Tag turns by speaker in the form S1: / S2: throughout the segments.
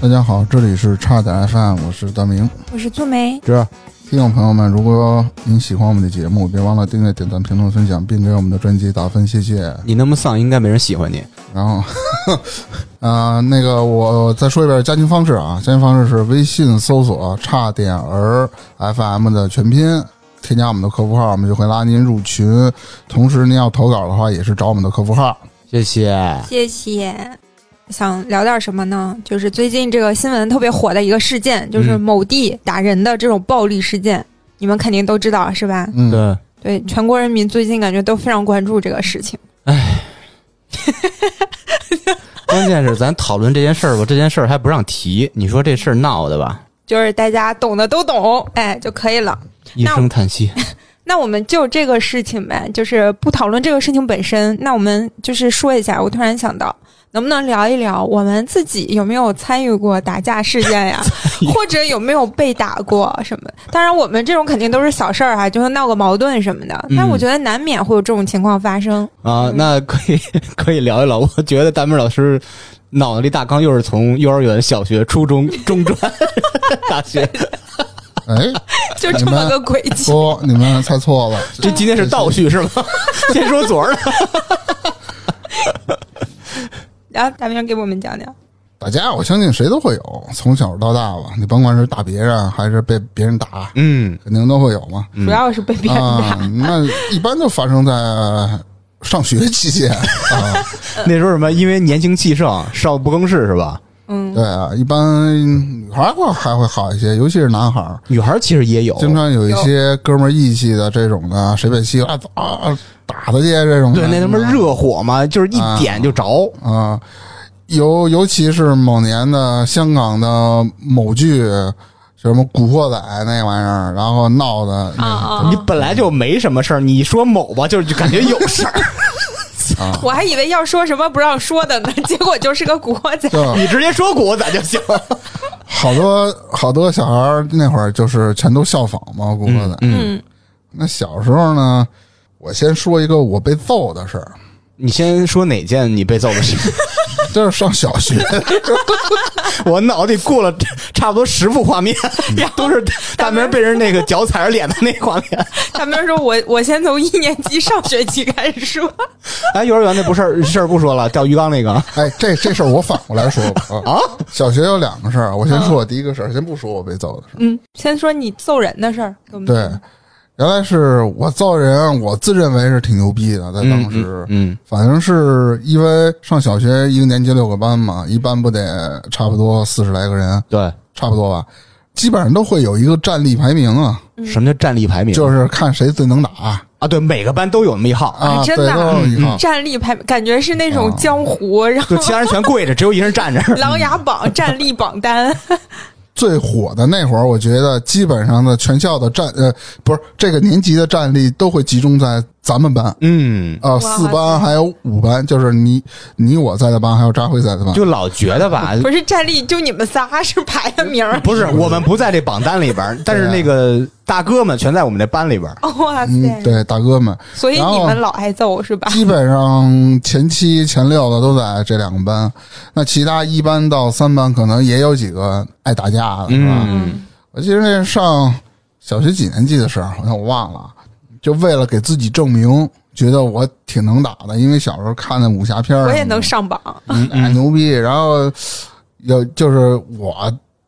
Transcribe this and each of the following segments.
S1: 大家好，这里是差点 FM，我是大明。
S2: 我是做梅，
S1: 这听众朋友们，如果您喜欢我们的节目，别忘了订阅、点赞、评论、分享，并给我们的专辑打分，谢谢。
S3: 你那么丧，应该没人喜欢你。
S1: 然后， 呃，那个我再说一遍加群方式啊，加群方式是微信搜索“差点儿 FM” 的全拼，添加我们的客服号，我们就会拉您入群。同时，您要投稿的话，也是找我们的客服号。
S3: 谢谢。
S2: 谢谢。想聊点什么呢？就是最近这个新闻特别火的一个事件，就是
S3: 嗯
S2: 某地打人的这种暴力事件，你们肯定都知道是吧？
S1: 嗯，
S3: 对，
S2: 对，全国人民最近感觉都非常关注这个事情。
S3: 关键是咱讨论这件事儿吧，这件事儿还不让提，你说这事儿闹的吧，
S2: 就是大家懂的都懂，哎就可以了。
S3: 一声叹息。
S2: 那我们就这个事情呗，就是不讨论这个事情本身。那我们就是说一下，我突然想到，能不能聊一聊我们自己有没有参与过打架事件 呀，或者有没有被打过什么？当然，我们这种肯定都是小事儿啊，就是闹个矛盾什么的。
S3: 嗯
S2: 但我觉得难免会有这种情况发生。
S3: 啊，那可以可以聊一聊。我觉得大明老师脑子里大纲又是从幼儿园、小学、初中、中专、大学，
S1: 哎，
S2: 就这么个轨 迹，
S1: 不，你们猜错了，
S3: 这今天是倒叙是吗？先说昨儿的，
S2: 然后啊大明给我们讲讲，
S1: 打架，我相信谁都会有，从小到大吧，你甭管是打别人啊还是被别人打，
S3: 嗯，
S1: 肯定都会有嘛。
S2: 主要是被别人打，
S1: 啊、那一般就发生在上学期间啊，
S3: 那时候什么？因为年轻气盛，少不更事是吧？
S2: 嗯，
S1: 对啊，一般女孩儿会还会好一些，尤其是男孩儿，
S3: 女孩儿其实也有，
S1: 经常有一些哥们儿义气的这种的，谁被欺负啊啊打他去这种的，
S3: 对那他妈热火嘛，就是一
S1: 啊
S3: 点就着。
S1: 啊，尤尤其是某年的香港的某剧。什么《古惑仔》那玩意儿，然后闹的
S2: 啊啊
S3: 你！本来就没什么事儿，你说某吧，就是就感觉有事儿。
S1: 啊，
S2: 我还以为要说什么不让说的呢，结果就是个古惑 仔。
S1: 就
S3: 你直接说古仔就行。
S1: 好多好多小孩儿那会儿就是全都效仿嘛，《古惑仔》
S3: 嗯，
S2: 嗯，
S1: 那小时候呢，我先说一个我被揍的事儿，
S3: 你先说哪件你被揍的事？
S1: 就是上小学，
S3: 我脑子里过了差不多十幅画面，都是大明被人那个脚踩着脸的那画面。
S2: 大明说我：“我先从一年级上学期开始说，
S3: 哎，幼儿园那不事儿事儿不说了，掉鱼缸那个
S1: 哎，这这事儿我反过来说吧啊。
S3: 啊，
S1: 小学有两个事儿，我先说我第一个事儿，先不说我被揍的事儿。
S2: 嗯，先说你揍人的事儿，
S3: 嗯
S2: 给我们
S1: 对
S2: 讲，
S1: 原来是我揍人，我自认为是挺牛逼的，在当时，
S3: 嗯
S1: 反正是因为上小学一个年级六个班嘛，一班不得差不多四十来个人，
S3: 对，
S1: 差不多吧，基本上都会有一个战力排名啊，
S3: 嗯什么叫战力排名？
S1: 就是看谁最能打
S3: 啊，对，每个班都有那么一号，
S1: 啊，
S2: 真
S1: 对，
S2: 的啊
S1: 都有一号。
S2: 战力排，感觉是那
S1: 啊
S2: 种江 湖，然后
S3: 就其他人全跪着，只有一人站着。
S2: 琅琊榜战力榜 单，
S1: 最火的那会儿，我觉得基本上的全校的战呃，不是这个年级的战力都会集中在咱们班
S3: 嗯，
S1: 啊、呃
S2: 哇
S1: 四班还有五班，就是你你我在的班，还有扎辉在的班。
S3: 就老觉得吧，
S2: 不是战力，就你们仨是排的名儿。
S3: 不是我们不在这榜单里边儿，但是那个大哥们全在我们这班里边儿。
S2: 哦哇塞！
S1: 嗯，对，大哥 们，
S2: 所以你们老挨揍是吧？
S1: 基本上前七、前六的都在这两个班，那其他一班到三班可能也有几个爱打架的，是吧？
S3: 嗯，
S1: 我记得那上小学几年级的时候，好像我忘了，啊就为了给自己证明，觉得我挺能打的，因为小时候看的武侠片儿
S2: 我
S1: 什么的，
S2: 也能上榜，
S1: 哎牛逼。然后有就是我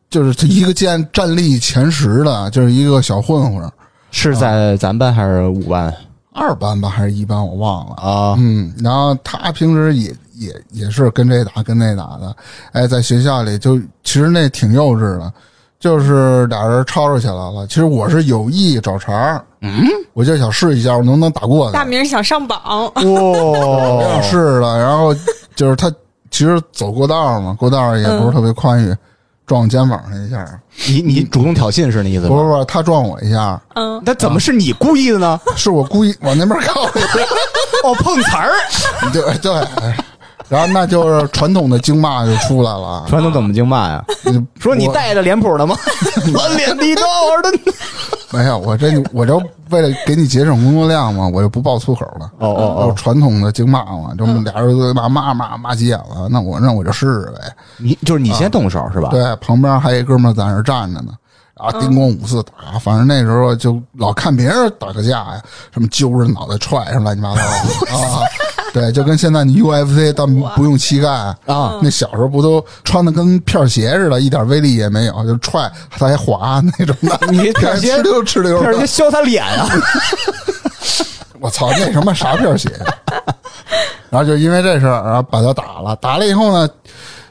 S1: 就是一个战战力前十的，就是一个小混混儿，
S3: 是在咱班还是五班
S1: 二班吧还是一班我忘了。
S3: 啊？
S1: 嗯，然后他平时也也也是跟这打跟那打的，哎，在学校里就其实那挺幼稚的，就是俩人吵吵起来了。其实我是有意找茬儿，嗯，我就想试一下我能不能打过
S2: 大
S1: 他，
S2: 明想上榜，
S1: 我想
S3: 哇，
S1: 试了。然后 就是他其实走过道嘛，过道也不是特别宽
S2: 嗯
S1: 裕，撞我肩膀上一下，
S3: 你你主动挑衅是那意思
S1: 不
S3: 吗？
S1: 是不是，他撞我一下，
S2: 嗯，
S3: 那怎么是你故意的呢？
S1: 是我故意往那边靠的，
S3: 哦，碰瓷儿，
S1: 对对。然后那就是传统的经骂就出来了啊。
S3: 传统怎么经骂呀？
S1: 你
S3: 说你
S1: 我
S3: 带着脸谱 的吗？我脸低多我的。
S1: 没有，我这我就为了给你节省工作量嘛，我就不爆粗口了。
S3: 哦哦
S1: 就
S3: 哦，
S1: 传统的经骂嘛，就俩人都骂骂骂骂急眼了，那我那我就试试呗。
S3: 你就是你先动手是吧？
S1: 对，旁边还一哥们儿在那儿站着呢，啊，叮咣五四打，反正那时候就老看别人打个架呀，什么揪着脑袋踹上乱七八糟的啊，对，就跟现在你 UFC 但不用膝盖
S3: 啊，
S1: 那小时候不都穿的跟片儿鞋似的，一点威力也没有，就踹他还滑那种的，
S3: 你片儿鞋
S1: 哧溜哧溜
S3: 片儿
S1: 的
S3: 先，削他脸啊！
S1: 我操，那什么啥片儿鞋？然后就因为这事儿，然后把他打了。打了以后呢，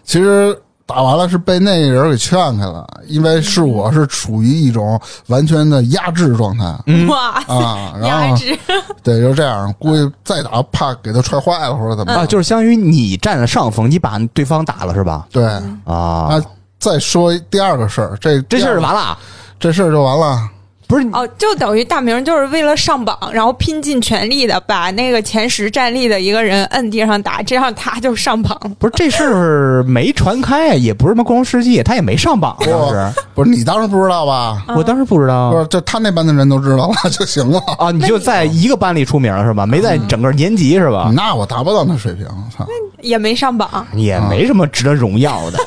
S1: 其实打完了是被那人给劝开了，因为是我是处于一种完全的压制状态
S2: 哇，
S3: 嗯
S1: 啊。然
S2: 压
S1: 后
S2: 制，
S1: 对，就这样，估计再打怕给他踹坏了或者怎么
S3: 啊，
S1: 着。
S3: 就是相当于你占了上风，你把对方打了是吧？
S1: 对
S3: 啊，
S1: 啊，再说第二个事儿，这
S3: 这事儿就
S1: 完，
S3: 完了，啊
S1: 这事儿就完了。
S3: 不是你
S2: 哦，就等于大明就是为了上榜，然后拼尽全力的把那个前十战力的一个人摁地上打，这样他就上榜了。
S3: 不是这事儿没传开，啊也不是什么光荣事迹，他也没上榜啊，当时嗯
S1: 不是你当时不知道吧？
S3: 我当时不知道
S1: 不是，就他那班的人都知道了 就行了。
S3: 啊，你就在一个班里出名了是吧？没
S1: 嗯
S3: 在整个年级是吧？
S1: 那我达不到那水平，操！
S2: 也没上榜，
S3: 也
S1: 啊
S3: 没什么值得荣耀 的，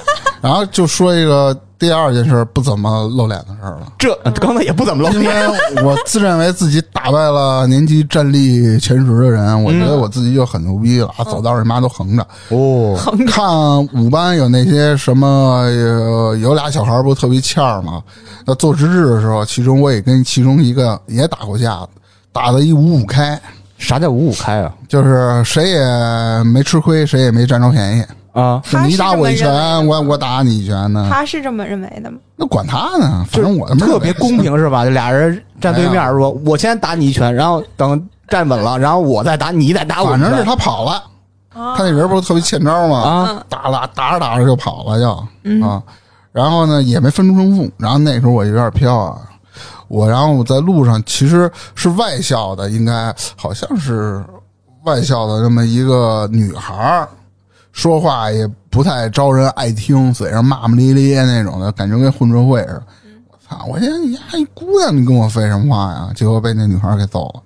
S1: 然后就说一个第二件事不怎么露脸的事儿了，
S3: 这刚才也不怎么露
S1: 因
S3: 面。
S1: 为我自认为自己打败了年级战力前十的人，我觉得我自己就很牛逼了啊，走道儿你妈都横着。
S3: 哦，
S1: 看五班有那些什么，呃有俩小孩儿不特别欠儿吗？那做值日的时候，其中我也跟其中一个也打过架，打的一五五开，
S3: 啥叫五五开啊？
S1: 就是谁也没吃亏，谁也没占着便宜。
S3: 啊，
S1: 就你打我一拳
S2: 他是这么认为
S1: 我
S2: 的，
S1: 我打你一拳呢，
S2: 他是这么认为的吗？
S1: 那管他呢，反正我他妈
S3: 特别公平是吧？就俩人站对面
S1: 哎
S3: 说，我先打你一拳，然后等站稳了，然后我再打你，再啊打我一
S1: 反
S3: 拳。
S1: 正是他跑了，
S2: 啊
S1: 他那人不是特别欠招吗？
S3: 啊，
S1: 打了打着打着就跑了就、啊，然后呢也没分出胜负，然后那时候我有点飘啊，我然后我在路上其实是外校的，应该好像是外校的那么一个女孩儿，说话也不太招人爱听，嘴上骂骂咧咧那种的，感觉跟混社会似的。我操！我寻思你丫一姑娘，你跟我废什么话呀？结果被那女孩儿给揍了。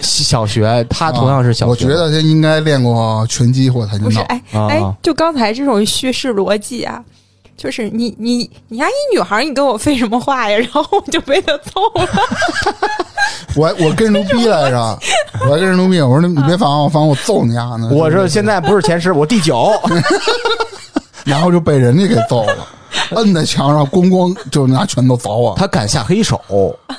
S3: 小学，他同样是小
S1: 啊
S3: 学。
S1: 我觉得他应该练过拳击或跆
S2: 啊不
S1: 拳
S2: 是，
S1: 道。
S2: 哎
S3: 啊
S2: 哎，就刚才这种叙事逻辑啊，就是你你你家一女孩，你跟我废什么话呀？然 后我就被他揍了。
S1: 我我跟人牛逼来 着，我还跟人牛逼，我说你别烦啊我，烦我揍你
S2: 啊
S1: 丫呢！
S3: 我这现在不是前十，我 第九。
S1: 然后就被人家给揍 了，摁在墙上，咣咣就拿拳头凿我。
S3: 他敢下黑手，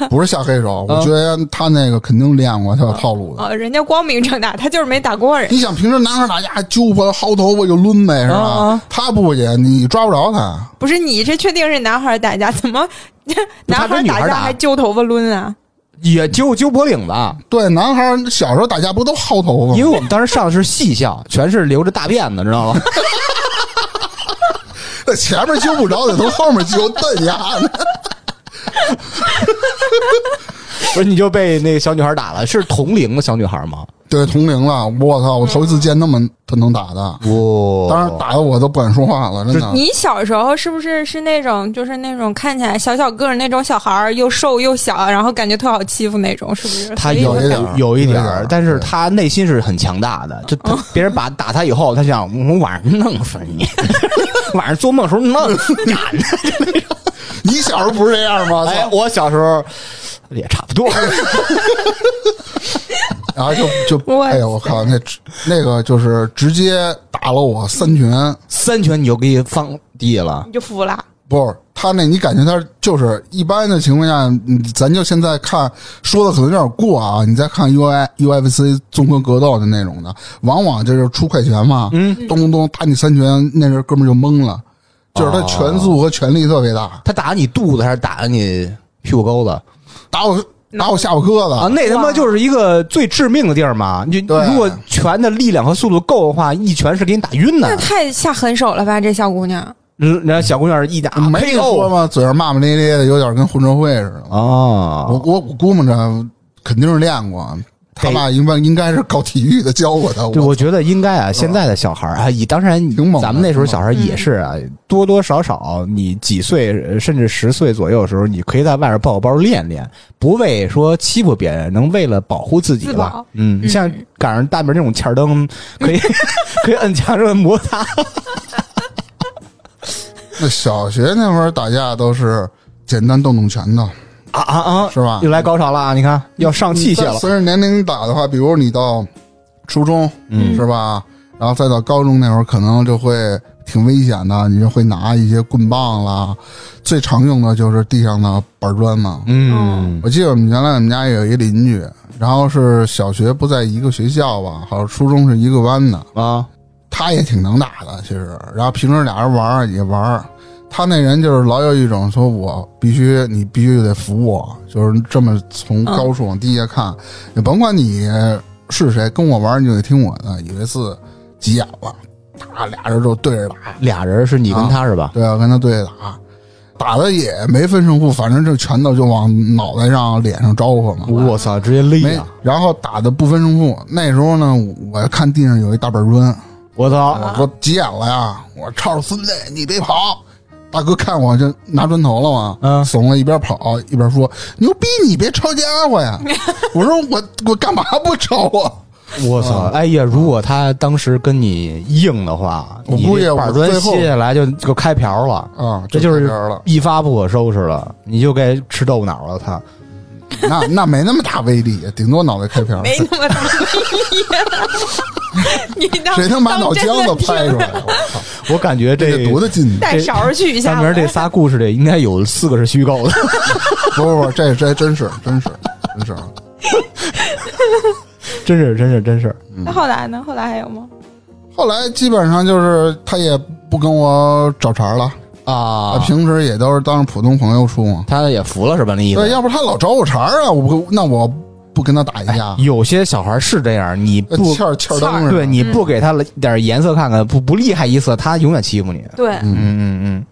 S1: 不是下黑手，
S3: 嗯
S1: 我觉得他那个肯定练过，他有套路的。
S2: 啊，人家光明正大，他就是没打过人。
S1: 你想平时男孩打架揪破了薅头发就抡呗，是
S3: 啊
S1: 吧
S3: 啊？
S1: 他不也，你抓不着他。
S2: 不是你这确定是男孩打架？怎么男
S3: 跟女孩
S2: 打架
S3: 打
S2: 还揪头发抡啊？
S3: 也揪揪脖领子。啊
S1: 对，男孩小时候打架不都薅头发
S3: 因为
S1: 吗？
S3: 我们当时上的是戏校，全是留着大辫子，知道吗？
S1: 前面揪不着，得从后面揪， 瞪丫呢。
S3: 不是，你就被那个小女孩打了，是同龄的小女孩吗？
S1: 对，同龄了，我操！我头一次见那么他能打的，
S3: 哇、哦
S1: 当时打的我都不敢说话了，
S3: 啊
S1: 真的。
S2: 你小时候是不是是那种就是那种看起来小小个儿那种小孩儿，又瘦又小，然后感觉特好欺负那种，是不是？
S3: 他
S2: 所以
S3: 有
S1: 一点儿
S3: 有一点
S1: 有一点
S3: 儿
S1: 儿，
S3: 但是他内心是很强大的。就他别人把打他以后，他想我晚上弄死你， 晚上做梦时候弄死 你。
S1: 你小时候不是这样吗？
S3: 哎
S1: 操，
S3: 我小时候也差不 多。
S1: 然后就就
S2: 我
S1: 哎呀，我靠，那直那个就是直接打了我三拳，
S3: 三拳你就给放地了
S2: 你就服了。
S1: 不是他那，你感觉他就是一般的情况下，嗯咱就现在看说的可能有点过啊，你再看 U I U F C 综合格斗的那种的，往往就是出快拳嘛，嗯，咚咚咚打你三拳，那人哥们儿就懵了，就是他拳速和拳力特别大，
S3: 他打你肚子还是打你屁股沟子
S1: 打我打我下巴磕
S3: 啊？
S1: 子，
S3: 那他妈就是一个最致命的地儿嘛！你
S1: 对
S3: 如果拳的力量和速度够的话，一拳是给你打晕
S2: 那
S3: 的。
S2: 太下狠手了吧，这小姑娘。
S3: 嗯然后小姑娘一打
S1: 没说
S3: KO
S1: 嘛，嘴上骂骂咧咧的，有点跟混社会似的。
S3: 啊
S1: 我我我估摸着肯定是练过，啊他爸应该应该是搞体育的教过他，
S3: 对，
S1: 我
S3: 我觉得应该啊，现在的小孩儿啊，也当然
S1: 挺猛的
S3: 咱们那时候小孩儿也是啊，多多少少你几岁呃甚至十岁左右的时候，你可以在外边抱个包练练，不为说欺负别人，能为了保护自己
S2: 自
S3: 吧
S2: 保。
S3: 嗯，
S2: 嗯
S3: 像赶上大明这种欠儿灯，可以可以摁墙上摩擦。
S1: 那小学那会儿打架都是简单动动拳头，
S3: 啊啊啊！
S1: 是吧
S3: 又来高潮了啊！你看，要上器械了。
S1: 随着年龄打的话，比如你到初中，
S3: 嗯
S1: 是吧？然后再到高中那会儿，可能就会挺危险的，你就会拿一些棍棒啦，最常用的就是地上的板砖嘛。
S2: 哦
S3: 嗯
S1: 我记得我们原来我们家有一邻居，然后是小学不在一个学校吧，好像初中是一个班的，
S2: 嗯
S3: 啊，
S1: 他也挺能打的，其实。然后平时俩人玩儿也玩儿，他那人就是老有一种说我必须你必须得服我，就是这么从高处往地下看，也甭管你是谁，跟我玩儿你就得听我的。有一次急眼了，打俩人就对着打，
S3: 俩人是你跟他是吧？
S1: 对啊，跟他对着打。打的也没分胜负，反正这拳头就往脑袋上、脸上招呼嘛。
S3: 我操，直接勒
S1: 没
S3: 呀！，
S1: 然后打的不分胜负。那时候呢，我看地上有一大板砖，
S3: 我操！
S1: 我说急眼了呀！我操孙子，你别跑！大哥看我就拿砖头了嘛，
S3: 嗯
S1: 怂了，一边跑一边说：“牛逼，你别抄家伙呀！” 我说我我干嘛不抄啊？
S3: 我操！哎呀，如果他当时跟你硬的话，
S1: 我
S3: 你
S1: 估计
S3: 这板砖
S1: 我最后
S3: 卸下来就就开瓢了，
S1: 啊，
S3: 这就是。
S1: 这儿了
S3: 一发不可收拾了，你就该吃豆腐脑了。他
S1: 那那没那么大威力，顶多脑袋开瓢。
S2: 没那么大 意义。你当
S1: 谁他妈脑浆子
S2: 当真的
S1: 拍
S2: 听
S1: 出来了？我操，
S3: 我感觉
S1: 这
S3: 这
S1: 得多大劲呢？
S2: 带勺儿去一
S3: 大
S2: 下
S3: 明
S2: 吧。
S3: 儿这仨故事里，应该有四个是虚构的。
S1: 不不不，这这真是真是真是。
S3: 真是真是真是，
S1: 嗯
S2: 那后来呢？后来还有吗？
S1: 后来基本上就是他也不跟我找茬了，
S3: 啊
S1: 平时也都是当普通朋友处嘛。
S3: 他也服了是吧？那意
S1: 对，
S3: 思。
S1: 要不他老找我茬儿啊，我不那我不跟他打一架，
S3: 有些小孩是这样，你
S1: 呃
S3: 哎不
S1: 欠儿欠儿灯似的。
S3: 对，你不给他点颜色看看，不不厉害一色，他永远欺负你。
S2: 对，
S3: 嗯嗯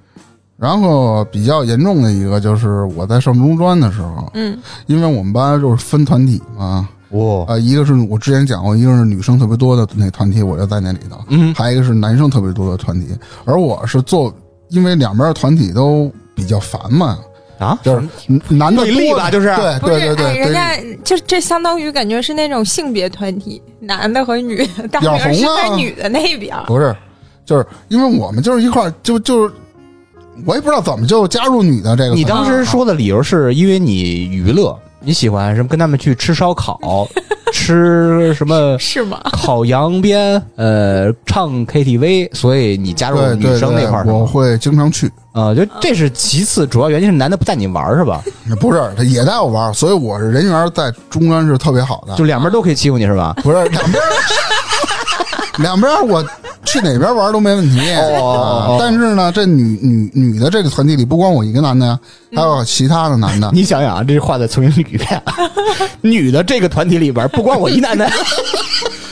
S1: 然后比较严重的一个就是我在上中专的时候，
S2: 嗯
S1: 因为我们班就是分团体嘛，
S3: 嗯，哇，
S1: 啊，一个是我之前讲过，一个是女生特别多的那团体，我就在那里头，
S3: 嗯
S1: 还有一个是男生特别多的团体，而我是做，因为两边团体都比较烦嘛，
S3: 啊，
S1: 就是男的
S3: 对立
S1: 多
S3: 吧就是
S1: 对
S2: 不是，
S1: 对对
S2: 哎
S1: 对，
S2: 人
S1: 对
S2: 家就这相当于感觉是那种性别团体，男的和女的，大明
S1: 眼红
S2: 儿是
S1: 啊
S2: 在女的那边儿。
S1: 不是，就是因为我们就是一块儿就就是，我也不知道怎么就加入女的这个团体了。
S3: 你当时说的理由是因为你娱乐，你喜欢什么？跟他们去吃烧烤，吃什
S1: 嗯
S3: 么
S2: 是吗？
S3: 烤羊鞭，呃，唱 KTV，所以你加入
S1: 对
S3: 女
S1: 对
S3: 生那
S1: 对
S3: 块儿是
S1: 我
S3: 吗？
S1: 会经常去，
S3: 啊，就这是其次，主要原因是男的不带你玩儿是吧？
S1: 不是他也带我玩儿，所以我是人缘在中专是特别好的
S3: 就，两边都可以欺负你是吧？
S1: 不是两边儿 两边儿我去哪边玩儿都没问题。
S3: 哦
S1: 啊但是呢，这女女女的这个团体里，不光我一个男的呀，还有其他的男的。
S3: 你想想啊，这话再重新捋一遍啊，女的这个团体里边儿不光我一男的，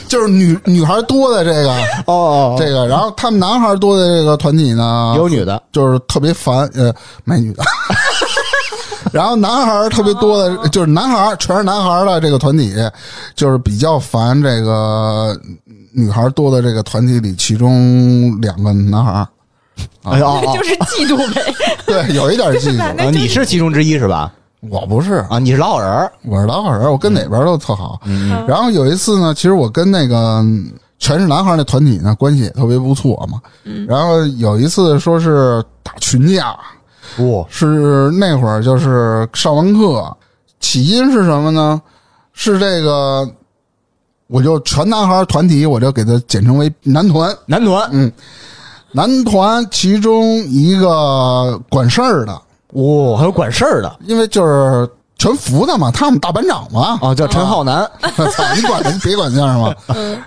S1: 就是女女孩多的这个
S3: 哦，
S1: 这个，然后他们男孩多的这个团体呢，
S3: 有女的，
S1: 就是特别烦，呃，没女的。 然后男孩儿特别多的，就是男孩儿全是男孩儿的这个团体，就是比较烦这个女孩儿多的这个团体里，其中两个男孩儿，
S3: 哎呀，哦
S2: 就是嫉妒呗。
S1: 对，有一点
S2: 就是
S1: 嫉
S2: 男
S1: 妒。
S2: 的
S3: 哦
S2: 就
S3: 你是其中之一是吧？
S1: 我不是，
S3: 啊，你是老好人儿，
S1: 我是老好人，我跟哪边儿都特好。
S3: 嗯
S1: 嗯
S2: 嗯
S1: 然后有一次呢，其实我跟那个嗯全是男孩儿那团体呢关系也特别不错嘛。然后有一次说是打群架，
S3: 哇，
S1: 是那会儿就是上完课，起因是什么呢？是这个，我就全男孩团体，我就给它简称为男团。
S3: 男团，
S1: 男团其中一个管事儿的，
S3: 哇，还有管事儿的，
S1: 因为就是全服他嘛，他们大班长嘛，
S3: 哦，叫陈浩南，
S1: 操、你管他别管相声嘛。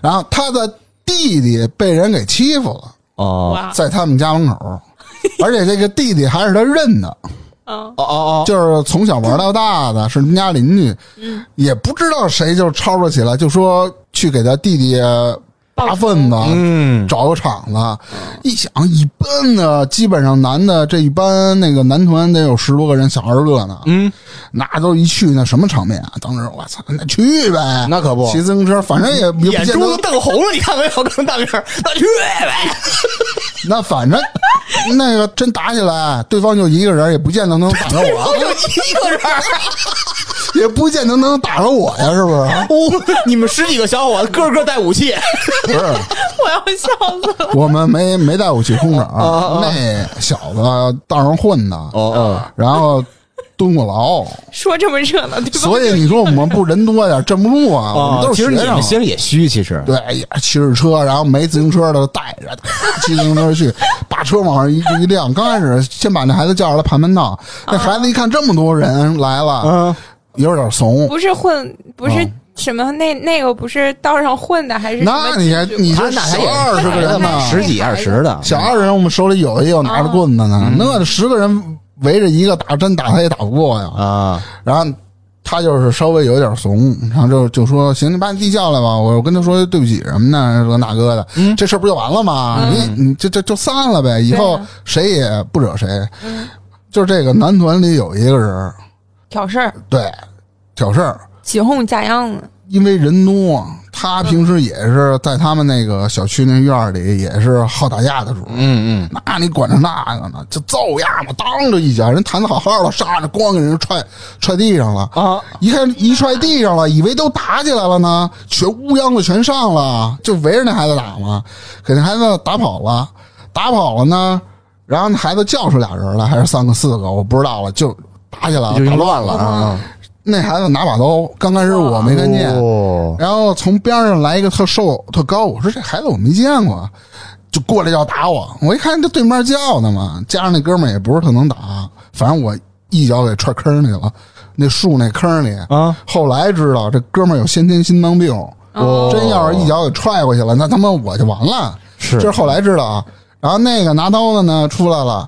S1: 然后他的弟弟被人给欺负了，
S3: 哦，
S2: 哇，
S1: 在他们家门口，而且这个弟弟还是他认的。
S2: 嗯
S3: 哦哦哦，
S1: 就是从小玩到大的，是他们家邻居，也不知道谁就吵吵起来，就说去给他弟弟大份子，
S3: 嗯，
S1: 找个场子。一想一般的，基本上男的这一般那个男团得有十多个人，小二十个呢。
S3: 嗯，
S1: 那都一去那什么场面啊！当时我操，那去呗，
S3: 那可不
S1: 骑自行车，反正也也不
S3: 眼
S1: 见
S3: 珠子
S1: 得，
S3: 瞪红了，你看没有？ 跟大个儿，那去呗，
S1: 那反 正那个真打起来，对方就一个人，也不见得能打着 我，
S3: 就一个人儿。
S1: 也不见得能打着我呀，是不 是？
S3: 呜、哦你们十几个小伙子，个个带武器，
S1: 哦不是，
S2: 我要笑死了。
S1: 我们没没带武器空手，那小子道上混的，
S3: 哦哦，
S1: 然后蹲过 牢，
S2: 说这么热闹，对吧？
S1: 所以你说我们不人多点儿镇不住啊，我们都
S3: 哦其
S1: 是
S3: 实
S1: 学
S3: 你
S1: 生
S3: 们。心里也虚，其实，
S1: 对，也骑着车，然后没自行车的带着骑自行车去，把车往上一一亮。刚开始先把那孩子叫上来盘盘道，
S3: 啊
S1: 那孩子一看这么多人来了，
S3: 嗯，
S1: 有点怂。
S2: 不是混，不是
S1: 嗯
S2: 什么那那个不是道上混的，还是什么
S1: 那你还你
S3: 他
S1: 这
S3: 那还
S1: 小
S3: 也
S1: 二十个人呢，
S3: 十几二十的，
S1: 小二人我们手里有
S2: 啊
S1: 一个拿着棍子
S2: 嗯
S1: 呢，那十个人围着一个打，真打他也打不过呀。
S3: 啊，
S1: 然后他就是稍微有点怂，然后就就说：“行，你把你弟叫来吧，我跟他说对不起什么的，这个那个的，这事儿不就完了吗？你你这这就散了呗，以后
S2: 嗯对啊嗯
S1: 谁也不惹谁。就是这个男团里有一个人，
S2: 挑事儿、
S1: 对，挑事儿，
S2: 起哄架秧子，
S1: 因为人多，他
S2: 嗯
S1: 平时也是在他们那个小区那院儿里也是好打架的主。
S3: 嗯嗯，
S1: 那你管着那个呢？就揍呀嘛，当着一脚，人弹的好好的，杀着咣给人踹踹地上了。
S3: 啊，
S1: 一看一踹地上了，以为都打起来了呢，全乌泱子全上了，就围着那孩子打嘛，给那孩子打跑了，打跑了呢，然后那孩子叫出俩人来，还是三个四个，我不知道了，就打起来了，
S3: 就
S1: 打
S3: 已经
S1: 乱
S3: 乱了
S1: 了。嗯
S3: 啊，
S1: 那孩子拿把刀，刚开始我没看见，
S3: 哦
S1: 然后从边上来一个特瘦特高，我说这孩子我没见过，就过来要打我。我一看这对面叫呢嘛，加上那哥们儿也不是特能打，反正我一脚给踹坑里了，那树那坑里。
S3: 啊，
S1: 后来知道这哥们儿有先天心脏病，
S3: 哦
S1: 真要是一脚给踹过去了，那他妈我就完了。
S3: 是
S1: 这是后来知道啊。然后那个拿刀的呢出来了，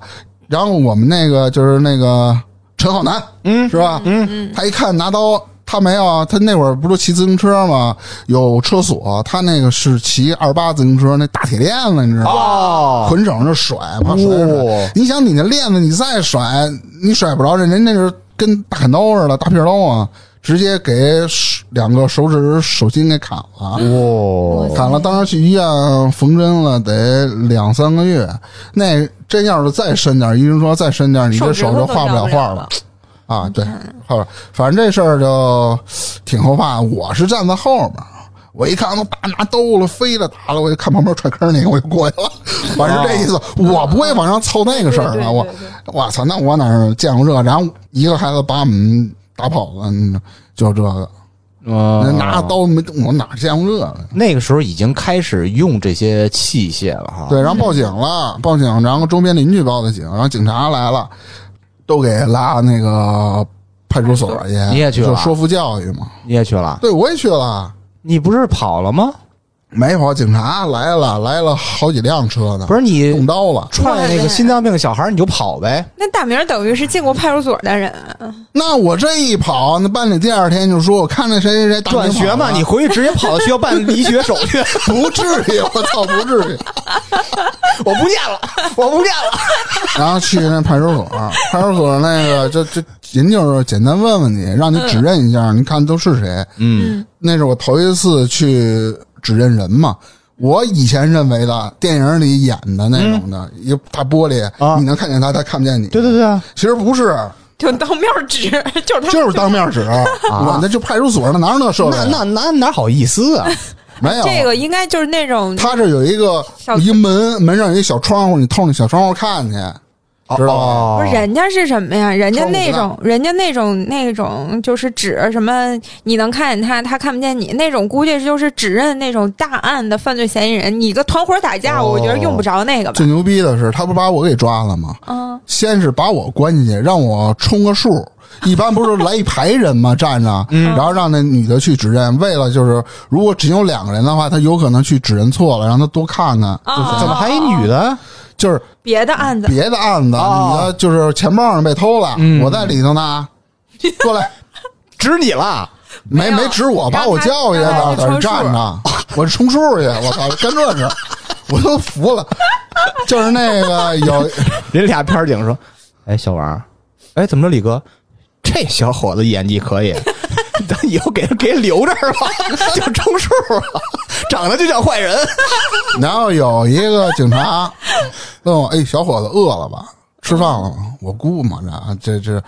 S1: 然后我们那个就是那个陈浩南，嗯，是吧？嗯，他一看拿刀，他没有，他那会儿不是骑自行车吗？有车锁，他那个是骑二八自行车那大铁链子，你知道吗？
S3: 哦，
S1: 捆绳就甩，怕甩甩。
S3: 哦
S1: 你想，你那链子你再甩，你甩不着人，人那是跟大砍刀似的，大片刀啊，直接给手两个手指手心给砍了。
S3: 哦，
S1: 砍了，当时去医院缝针了，得两三个月。那真要是再深点儿，医生说再深点儿，你这
S2: 指
S1: 手
S2: 头
S1: 就
S2: 都
S1: 画不
S2: 不
S1: 了画了
S2: 了。
S1: 啊。对，画不了。反正这事儿就挺后怕。我是站在后面儿，我一看都打拿兜了、飞了、打了，我就看旁边踹坑那个，我就过 去了。反正这意
S3: 哦
S1: 思，我不会往上凑那个事儿
S2: 对对
S1: 了。
S2: 对
S1: 我
S2: 对
S1: 我操，那我哪儿见过这？然后一个孩子把我们打跑了，嗯就这个，
S3: 嗯
S1: 拿刀没，我哪儿见过这个？
S3: 那个时候已经开始用这些器械了哈，
S1: 对，然后报警了，报警，然后周边邻居报的警，然后警察来了，都给拉那个派出所去。
S3: 你也去了
S1: 就说服教育嘛？
S3: 你也去了，
S1: 对，我也去了。
S3: 你不是跑了吗？
S1: 没跑，警察来了，来了好几辆车呢，
S3: 不是
S1: 动
S3: 你
S1: 刀了。
S3: 踹那个心脏病小孩儿你就跑呗，
S2: 那大明等于是进过派出所的人，啊
S1: 那我这一跑，那班里第二天就说，我看那谁谁谁打
S3: 转
S1: 你
S3: 学
S1: 跑
S3: 嘛，
S1: 了
S3: 你回去直接跑到学校办离学手 续，
S1: 不至于，我操，不至于。
S3: 我不见了，我不见了。
S1: 然后去那派出所，派出所那个就就人就是简单问问你，让你指认一下，你看都是谁。
S3: 嗯，
S1: 那是我头一次去指认人嘛。我以前认为的电影里演的那种的，一个大玻璃，
S3: 嗯啊
S1: 你能看见他，他看不见你。
S3: 对对对啊，
S1: 其实不是，
S2: 就当面指， 就是他
S1: 就是当面指。啊
S2: 啊
S1: 我那就派出所那哪有那设备
S3: 那
S1: 啊？
S3: 那那哪好意思 啊？
S1: 没有。
S2: 这个应该就是那种
S1: 他这有一个
S2: 小
S1: 一门，门上有一小窗户，你透那小窗户看去，
S3: 哦
S1: 知道吧？
S2: 不是人家是什么呀？人家那
S1: 窗
S2: 种，人家那种那种就是指什么，你能看见他，他看不见你那种，估计就是指认那种大案的犯罪嫌疑人。你跟团伙打架，
S3: 哦
S2: 我觉得用不着那个吧
S1: 最。牛逼的是，他不把我给抓了吗？
S2: 嗯，
S1: 先是把我关进去，让我充个数。一般不是来一排人吗？站 着，
S3: 嗯
S1: 然后让那女的去指认。为了就是，如果只有两个人的话，她有可能去指认错了，让她多看看。
S2: 啊，
S3: 怎么还一女
S2: 的？
S3: 的？
S1: 就是
S2: 别的案 子，
S1: 别的案子，
S3: 哦
S1: 女的就是钱包上被偷了，
S3: 嗯
S1: 我在里头呢，过来，
S3: 指你了？
S1: 没
S2: 没有
S1: 没指我，
S2: 让她
S1: 把我叫下来，
S2: 让她
S1: 在那
S2: 去
S1: 儿
S2: 抽
S1: 站着， 我充数去，我操，干这事儿，我都服了。 就是那个有
S3: 人俩片儿警说：“哎，小王儿，哎，怎么着，李哥，这小伙子演技可以， 咱以后给他给留这儿吧， 叫充数啊，长得就像坏人。
S1: 然后有一个警察问我：“哎，小伙子，饿了吧？吃饭了吗？”我估摸着这这，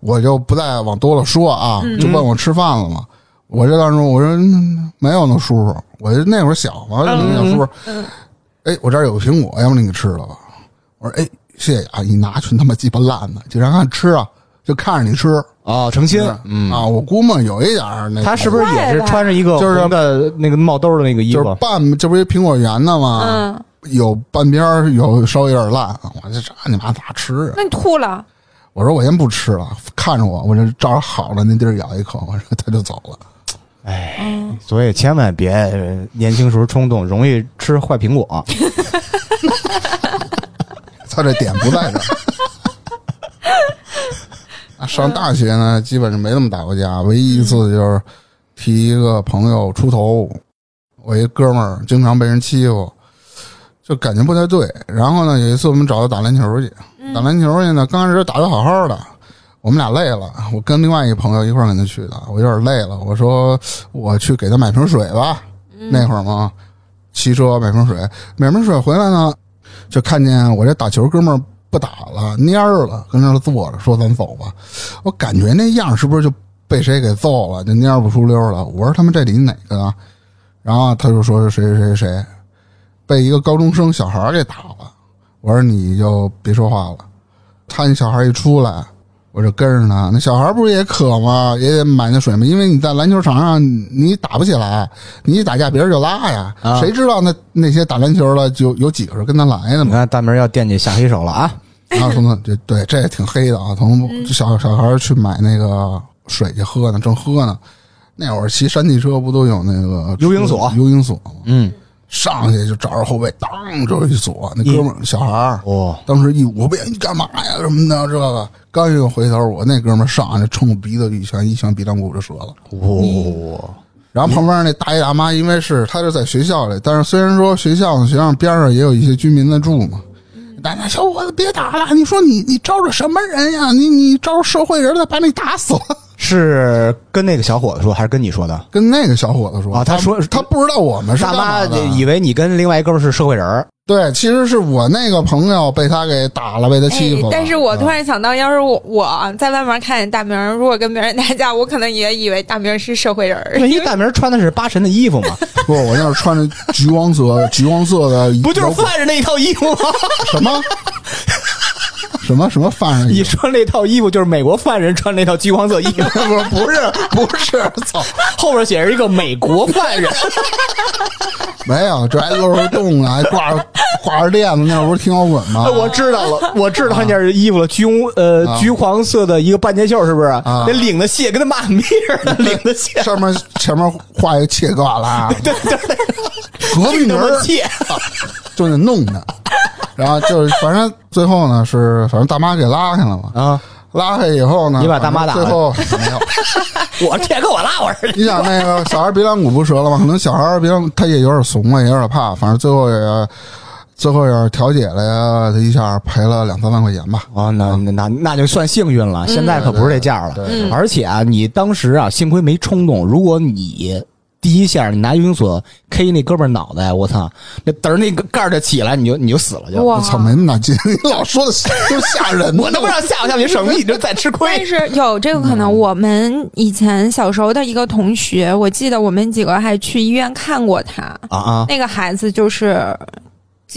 S1: 我就不再往多了说啊，就问我吃饭了吗？我这当时我说嗯没有呢，叔叔。我就那会儿小嘛，就想叔叔，哎，我这儿有个苹果，要不你给吃了吧？我说哎，谢谢啊，你拿去他妈鸡巴烂的，警察看吃啊，就看着你吃，”
S3: 哦，成亲，嗯，
S1: 啊，我估摸有一点儿那
S3: 他是不是也是穿着一个
S1: 就是
S3: 红的那个冒兜的那个衣
S1: 就
S3: 服
S1: 是？半，这不是苹果园的吗？
S2: 嗯，
S1: 有半边儿有稍微有点烂，我这这你妈咋吃啊？
S2: 那你吐了，
S1: 我说我先不吃了，看着我，我这照着好的那地儿咬一口，我说他就走了。
S3: 哎，所以千万别呃年轻时候冲动，容易吃坏苹 果。
S1: 他这点不在这儿。啊上大学呢，基本上没怎么打过架，唯一一次就是替一个朋友出头，我一哥们儿经常被人欺负，就感觉不太对。然后呢，有一次我们找他打篮球去，打篮球去呢，刚开始打得好好的，我们俩累了，我跟另外一朋友一块儿跟他去的，我有点累了，我说我去给他买瓶水吧。那会儿嘛，骑车买瓶水，买瓶水回来呢，就看见我这打球哥们儿不打了，蔫儿了，跟那儿坐着，说咱走吧。我感觉那样是不是就被谁给揍了，就蔫儿不出溜儿了？我说他们这里哪个啊？然后他就说是谁谁谁谁被一个高中生小孩儿给打了。我说你就别说话了。他那小孩儿一出来，我就跟着他。那小孩儿不是也渴吗？也得买那水吗？因为你在篮球场上你打不起来，你一打架别人就拉呀。
S3: 啊
S1: 谁知道那那些打篮球的就有几个是跟他来的嘛
S3: 你？看大明要惦记下黑手了啊！
S1: 啊，彤彤，这对这也挺黑的啊。彤彤小小孩儿去买那个水去喝呢，正喝呢。那会儿骑山地车不都有那个
S3: 幽灵锁
S1: 幽灵锁吗？
S3: 嗯，
S1: 上去就找着后背，当就是一锁。那哥们儿小孩儿
S3: 哦，
S1: 当时一捂我别你干嘛呀什么的，这个刚一回头，我那哥们儿上去冲我鼻子一拳，一拳鼻梁骨就折了。
S3: 哇，
S1: 然后旁边那大爷大妈，因为是他是在学校里，但是虽然说学校呢，学校边上也有一些居民在住嘛。
S2: 嗯
S1: 大家小伙子别打了，你说你你招惹什么人呀？你你招惹社会人了，把你打死了。
S3: 是跟那个小伙子说，还是跟你说的？
S1: 跟那个小伙子说
S3: 啊他说
S1: 他不知道我们是
S3: 大
S1: 干嘛
S3: 妈
S1: 的
S3: 以为你跟另外一哥们儿是社会人儿，
S1: 对，其实是我那个朋友被他给打了，被他欺负了。
S2: 哎但是我突
S3: 啊
S2: 然想到，要是我我在外面看见大明儿，如果跟别人打架，我可能也以为大明儿是社会人儿。
S3: 因哎为大明穿的是八神的衣服嘛，
S1: 不，我那是穿着橘黄色橘黄色的摇滚，
S3: 不就是犯人那一套衣服吗？
S1: 什么什么什么犯人？
S3: 你穿那套衣服就是美国犯人穿那套橘黄色衣 服，
S1: 不不是不是，操！
S3: 后边写着一个美国犯 人。
S1: 没有，这还露着洞呢，还啊 挂着挂着链子，那不是听摇滚 吗？
S3: 我知道了，我知道他那件衣服了，橘红呃
S1: 啊
S3: 橘黄色的一个半截袖，是不是？那领子线跟他妈咪似 的，领子线。
S1: 上面前面画一个切格瓦拉， 对对对，隔壁
S3: 那
S1: 门
S3: 么
S1: 儿
S3: 切，
S1: 就得弄他，然后就是反正最后呢是反正大妈给拉开了嘛，
S3: 啊！
S1: 拉开以后呢，
S3: 你把大妈打了
S1: 最后 没有。
S3: 我这跟我拉我似的。
S1: 你想那个小孩鼻梁骨不折了吗？可能小孩鼻梁他也有点怂啊了，也有点怕，反正最后也最后也是调解了一下，赔了两三万块钱吧。
S3: 啊，那那那那就算幸运了，现在可不是这价了。而且啊，你当时啊，幸亏没冲动。如果你第一下你拿游泳锁 K 那哥们儿脑袋，我操，那嘚儿那个盖儿就起来，你就你就死了就。
S2: 哇
S1: 我操，没那么大劲！你老说的 都吓人的，
S3: 我他妈让吓唬吓唬你省么？你就再吃
S2: 但
S3: 亏。
S2: 是有这个可
S3: 嗯
S2: 能，我们以前小时候的一个同学，我记得我们几个还去医院看过他。
S3: 啊啊！
S2: 那个孩子就是，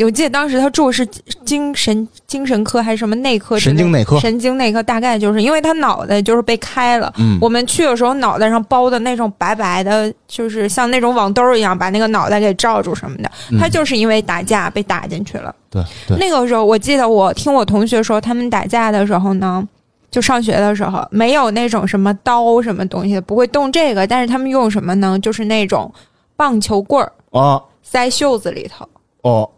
S2: 我记得当时他住的是精神精神科还是什么内科之类的？
S3: 神经内科
S2: 神经内科大概就是因为他脑袋就是被开了。
S3: 嗯
S2: 我们去的时候，脑袋上包的那种白白的，就是像那种网兜一样，把那个脑袋给罩住什么的。他就是因为打架被打进去了。
S3: 对嗯对，
S2: 那个时候，我记得我听我同学说，他们打架的时候呢，就上学的时候没有那种什么刀什么东西的，不会动这个，但是他们用什么呢？就是那种棒球棍儿
S3: 啊
S2: 塞袖子里头，
S3: 哦，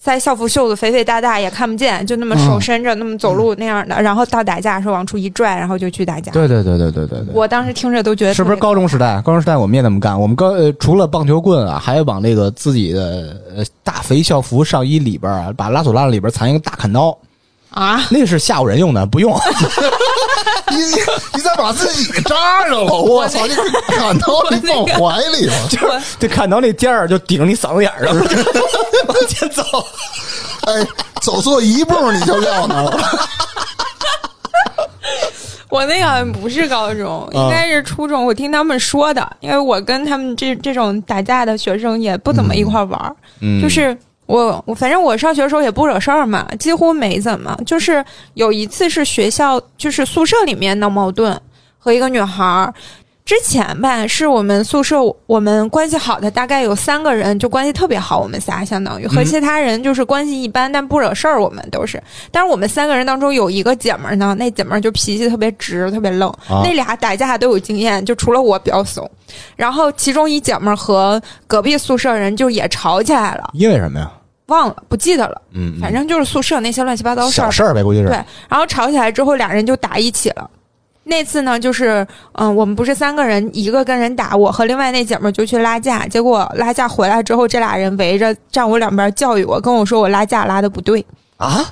S2: 在校服袖子肥肥大大也看不见，就那么
S3: 嗯
S2: 手伸着、那么走路那样的，然后到打架的时候往出一拽，然后就去打架。
S3: 对对对对对对对。
S2: 我当时听着都觉得
S3: 是不是
S2: 特别
S3: 高中时代？高中时代我们也那么干。我们高呃，除了棒球棍啊，还往那个自己的呃大肥校服上衣里边啊，把拉锁拉里边藏一个大砍刀，
S2: 啊？
S3: 那是吓唬人用的，不 用。
S1: 你你你 再把自己给扎上了，我操！你砍刀你放怀里了。
S3: 就是这砍刀那尖儿就顶着你嗓子眼儿 上，往前走。
S1: 哎，走错一步你就撂那儿了。
S2: 我那个不是高
S3: 啊
S2: 中，应该是初中。我听他们说的，因为我跟他们这这种打架的学生也不怎么一块玩儿、
S3: 嗯
S2: 就是我我反正我上学的时候也不惹事儿嘛，几乎没怎么。就是有一次是学校就是宿舍里面闹矛盾，和一个女孩儿。之前吧，是我们宿舍我们关系好的大概有三个人，就关系特别好，我们仨相当于
S3: 嗯
S2: 和其他人就是关系一般，但不惹事儿，我们都是。但是我们三个人当中有一个姐们儿呢，那姐们儿就脾气特别直，特别愣。
S3: 啊
S2: 那俩打架都有经验，就除了我比较怂。然后其中一姐们儿和隔壁宿舍人就也吵起来了，
S3: 因为什么呀？
S2: 忘了不记得了，
S3: 嗯，
S2: 反正就是宿舍那些乱七八糟事
S3: 小
S2: 儿。
S3: 事儿呗，估计是。
S2: 对，然后吵起来之后，俩人就打一起了。那次呢，就是嗯、我们不是三个人，一个跟人打，我和另外那姐们儿就去拉架，结果拉架回来之后，这俩人围着站我两边教育我，跟我说我拉架拉的不对。
S3: 啊，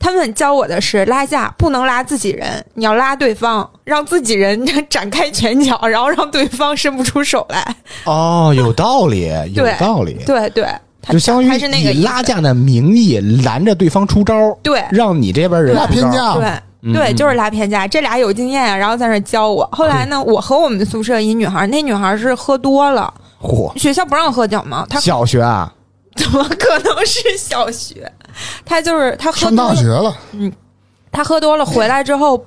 S2: 他们教我的是拉架不能拉自己人，你要拉对方，让自己人 展开拳脚，然后让对方伸不出手来。
S3: 哦，有道理，有
S2: 对
S3: 道理。
S2: 对对，他
S3: 就相当
S2: 他
S3: 于
S2: 是那个
S3: 以
S2: 意思
S3: 拉架的名义拦着对方出招，
S2: 对
S3: 让你这边人
S1: 拉
S3: 出招
S1: 偏架，
S2: 对。对，就是拉偏架，这俩有经验，啊然后在那儿教我。后来呢，我和我们宿舍一女孩，那女孩是喝多了，
S3: 嚯！
S2: 学校不让喝酒嘛，她
S3: 小学啊，
S2: 怎么可能是小学？她就是她喝
S1: 上
S2: 多
S1: 大
S2: 了
S1: 学，了，
S2: 他喝多了回来之后，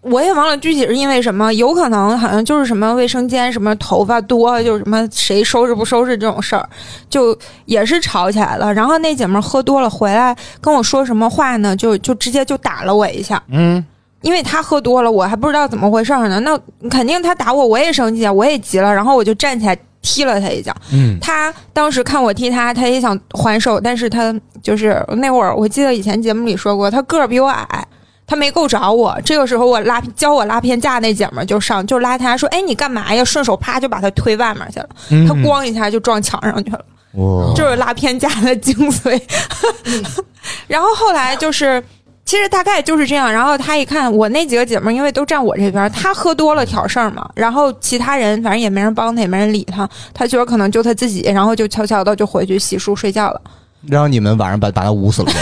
S2: 我也忘了具体是因为什么，有可能好像就是什么卫生间什么头发多，啊就是什么谁收拾不收拾这种事儿，就也是吵起来了。然后那姐们儿喝多了回来跟我说什么话呢？就就直接就打了我一下，
S3: 嗯，
S2: 因为她喝多了，我还不知道怎么回事儿呢。那肯定她打我，我也生气啊，我也急了，然后我就站起来踢了她一脚。
S3: 嗯，
S2: 他当时看我踢他，他也想还手，但是他就是那会儿，我记得以前节目里说过，他个儿比我矮，他没够着我。这个时候我拉教我拉偏架那姐们儿就上，就拉他说：“哎，你干嘛呀？”顺手啪就把他推外面去了，
S3: 嗯
S2: 他咣一下就撞墙上去了。
S3: 哇，
S2: 就是拉偏架的精髓。 然后后来就是，其实大概就是这样。然后他一看我那几个姐妹儿，因为都站我这边儿，他喝多了挑事儿嘛。然后其他人反正也没人帮他，也没人理他，他觉得可能就他自己，然后就悄悄的就回去洗漱睡觉了。
S3: 然后你们晚上把把他捂死了呗，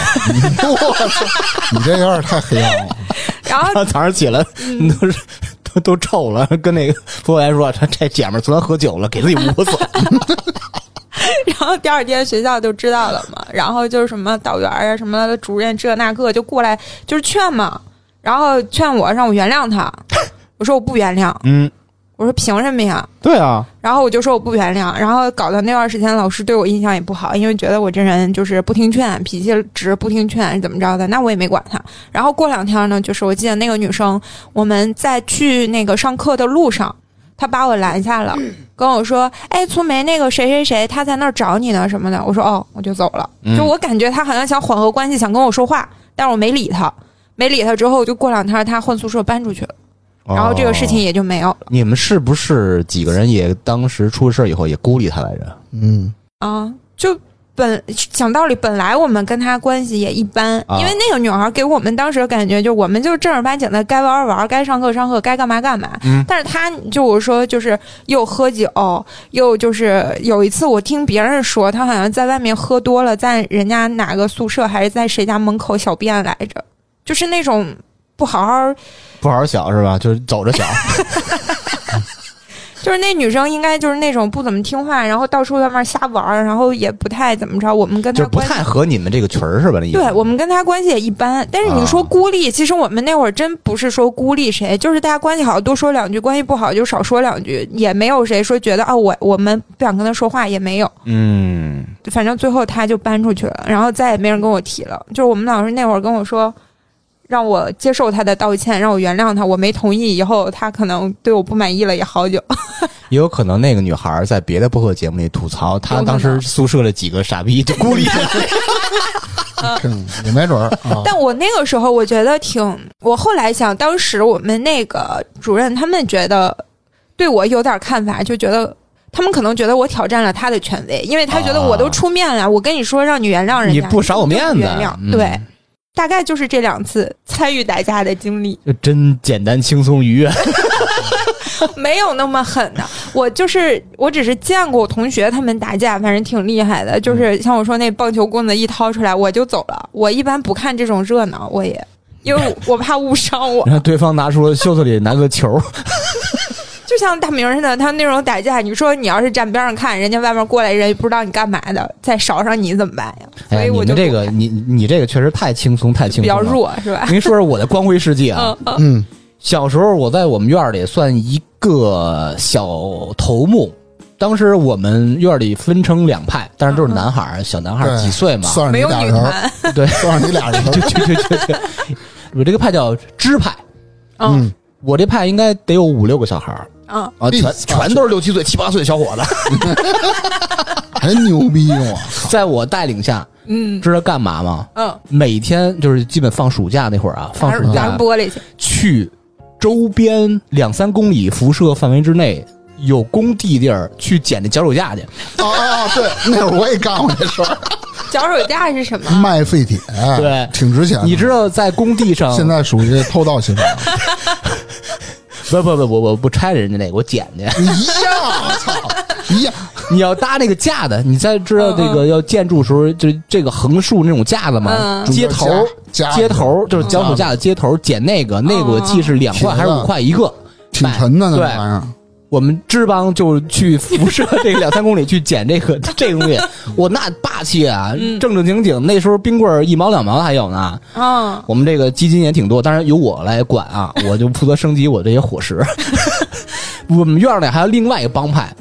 S1: 我操！ 你这有点太黑 暗了。
S2: 然后
S3: 他早上起来
S2: 嗯
S3: 都是都都臭了，跟那个服务员说，这这姐们儿昨天喝酒了，给自己捂死 了。
S2: 然后第二天学校就知道了嘛，然后就是什么导员啊、什么主任这那个就过来就是劝嘛，然后劝我让我原谅他，我说我不原谅，
S3: 嗯，
S2: 我说凭什么呀？
S3: 对啊，
S2: 然后我就说我不原谅，然后搞得那段时间老师对我印象也不好，因为觉得我这人就是不听劝，脾气直，不听劝怎么着的，那我也没管他。然后过两天呢，就是我记得那个女生，我们在去那个上课的路上，她把我拦下了，跟我说：“哎，粗梅，那个谁谁谁，他在那儿找你呢什么的。”我说：“哦，我就走了。”就我感觉她好像想缓和关系，想跟我说话，但是我没理她。没理她之后，就过两天她换宿舍搬出去了，然后这个事情
S3: 哦。
S2: 也就没有了
S3: 你们是不是几个人也当时出事儿以后也孤立他来着？
S1: 嗯，
S2: 啊，就本讲道理，本来我们跟他关系也一般，
S3: 啊
S2: 因为那个女孩给我们当时的感觉就是我们就是正儿八经的该玩儿玩儿，该上课上课，该干嘛干嘛。
S3: 嗯
S2: 但是她就我说就是又喝酒，又就是有一次我听别人说，她好像在外面喝多了，在人家哪个宿舍还是在谁家门口小便来着，就是那种不好好
S3: 不好好想是吧？就是走着 想，
S2: 就是那女生应该就是那种不怎么听话，然后到处在那儿瞎玩儿，然后也不太怎么着。我们跟她
S3: 就是不
S2: 关系
S3: 太合你们这个群儿是吧？那意思
S2: 对我们跟他关系也一般，但是你说
S3: 啊
S2: 孤立，其实我们那会儿真不是说孤立谁，就是大家关系好多说两句，关系不好就少说两句，也没有谁说觉得啊我我们不想跟他说话也没有，
S3: 嗯，
S2: 反正最后他就搬出去了，然后再也没人跟我提了。就是我们老师那会儿跟我说，让我接受他的道歉，让我原谅他，我没同意，以后他可能对我不满意了也好久。
S3: 也有可能那个女孩在别的播客节目里吐槽，她当时宿舍的几个傻逼就 孤立她。
S1: 嗯也没准儿
S3: 哦
S1: 啊。
S2: 但我那个时候我觉得挺，我后来想，当时我们那个主任他们觉得对我有点看法，就觉得。他们可能觉得我挑战了他的权威，因为他觉得我都出面了，我跟你说让你原谅人家，
S3: 你不赏我
S2: 你就
S3: 面
S2: 不
S3: 子
S2: 原谅、
S3: 嗯
S2: 对，大概就是这两次参与打架的经 历。
S3: 就真简单、轻松、愉悦。
S2: 没有那么狠的，我就是我只是见过我同学他们打架，反正挺厉害的。
S3: 嗯
S2: 就是像我说那棒球棍子一掏出来我就走了，我一般不看这种热闹，我也因为我怕误伤我
S3: 然。后对方拿出了袖子里拿个球，
S2: 就像大明似的，他那种打架，你说你要是站边上看，人家外面过来人也不知道你干嘛的，再勺上你怎么办呀？所
S3: 哎，
S2: 以
S3: 你
S2: 我
S3: 们
S2: 就
S3: 这个你你这个确实太轻松，太轻松，
S2: 比较。弱，是吧？
S3: 您说说我的光辉事迹啊，
S2: 嗯嗯
S1: 嗯
S3: 小时候我在我们院儿里算一个小头目。当时我们院儿里分成两派，但是
S2: 嗯
S3: 都是男孩儿，小男孩儿
S1: 对
S3: 几岁嘛，
S1: 算是
S2: 没
S1: 你
S2: 有
S1: 俩
S2: 女
S1: 人儿，
S2: 团，
S1: 算是你俩人 儿。
S3: 就就就就就，我这个派叫支派，
S2: 嗯
S1: 嗯，
S3: 我这派应该得有五六个小孩儿
S2: 嗯，
S3: 啊，全
S1: 哎
S3: 全都是六七岁、七八岁小伙 子，
S1: 还哎牛逼啊我，
S3: 在我带领下，
S2: 嗯
S3: 知道干嘛吗？
S2: 嗯，
S3: 每天就是基本放暑假那会儿啊，放
S2: 砸
S3: 暑
S2: 砸
S3: 假
S2: 玻璃去，
S3: 去周边两三公里辐射范围之内有工地地儿去捡那脚手架去。
S1: 哦哦，对，那会儿我也干过这事儿，
S2: 脚手架是什么？
S1: 卖废铁，
S3: 对
S1: 挺值钱的。
S3: 你知道在工地上，
S1: 啊现在属于偷盗行为，
S3: 不不不，我我不拆人家那个，我捡去。
S1: 你一样，我操，一样，
S3: 你要搭那个架子，你再知道
S2: 嗯
S3: 这个要建筑时候，就这个横竖那种架子嘛，
S2: 嗯
S3: 接头
S1: 中间夹夹
S3: 接头就是脚手架的接头，捡那个那个我记是两块还是五块一个。
S1: 挺沉的那
S3: 对
S1: 玩意儿。
S3: 我们支帮就去辐射这两三公里去捡这个 这个东西，我那霸气啊，
S2: 嗯
S3: 正正经经。那时候冰棍儿一毛两毛还有呢，
S2: 嗯，
S3: 我们这个基金也挺多，当然由我来管 啊，我就负责升级我这些伙食。 我们院儿里还有另外一个帮派，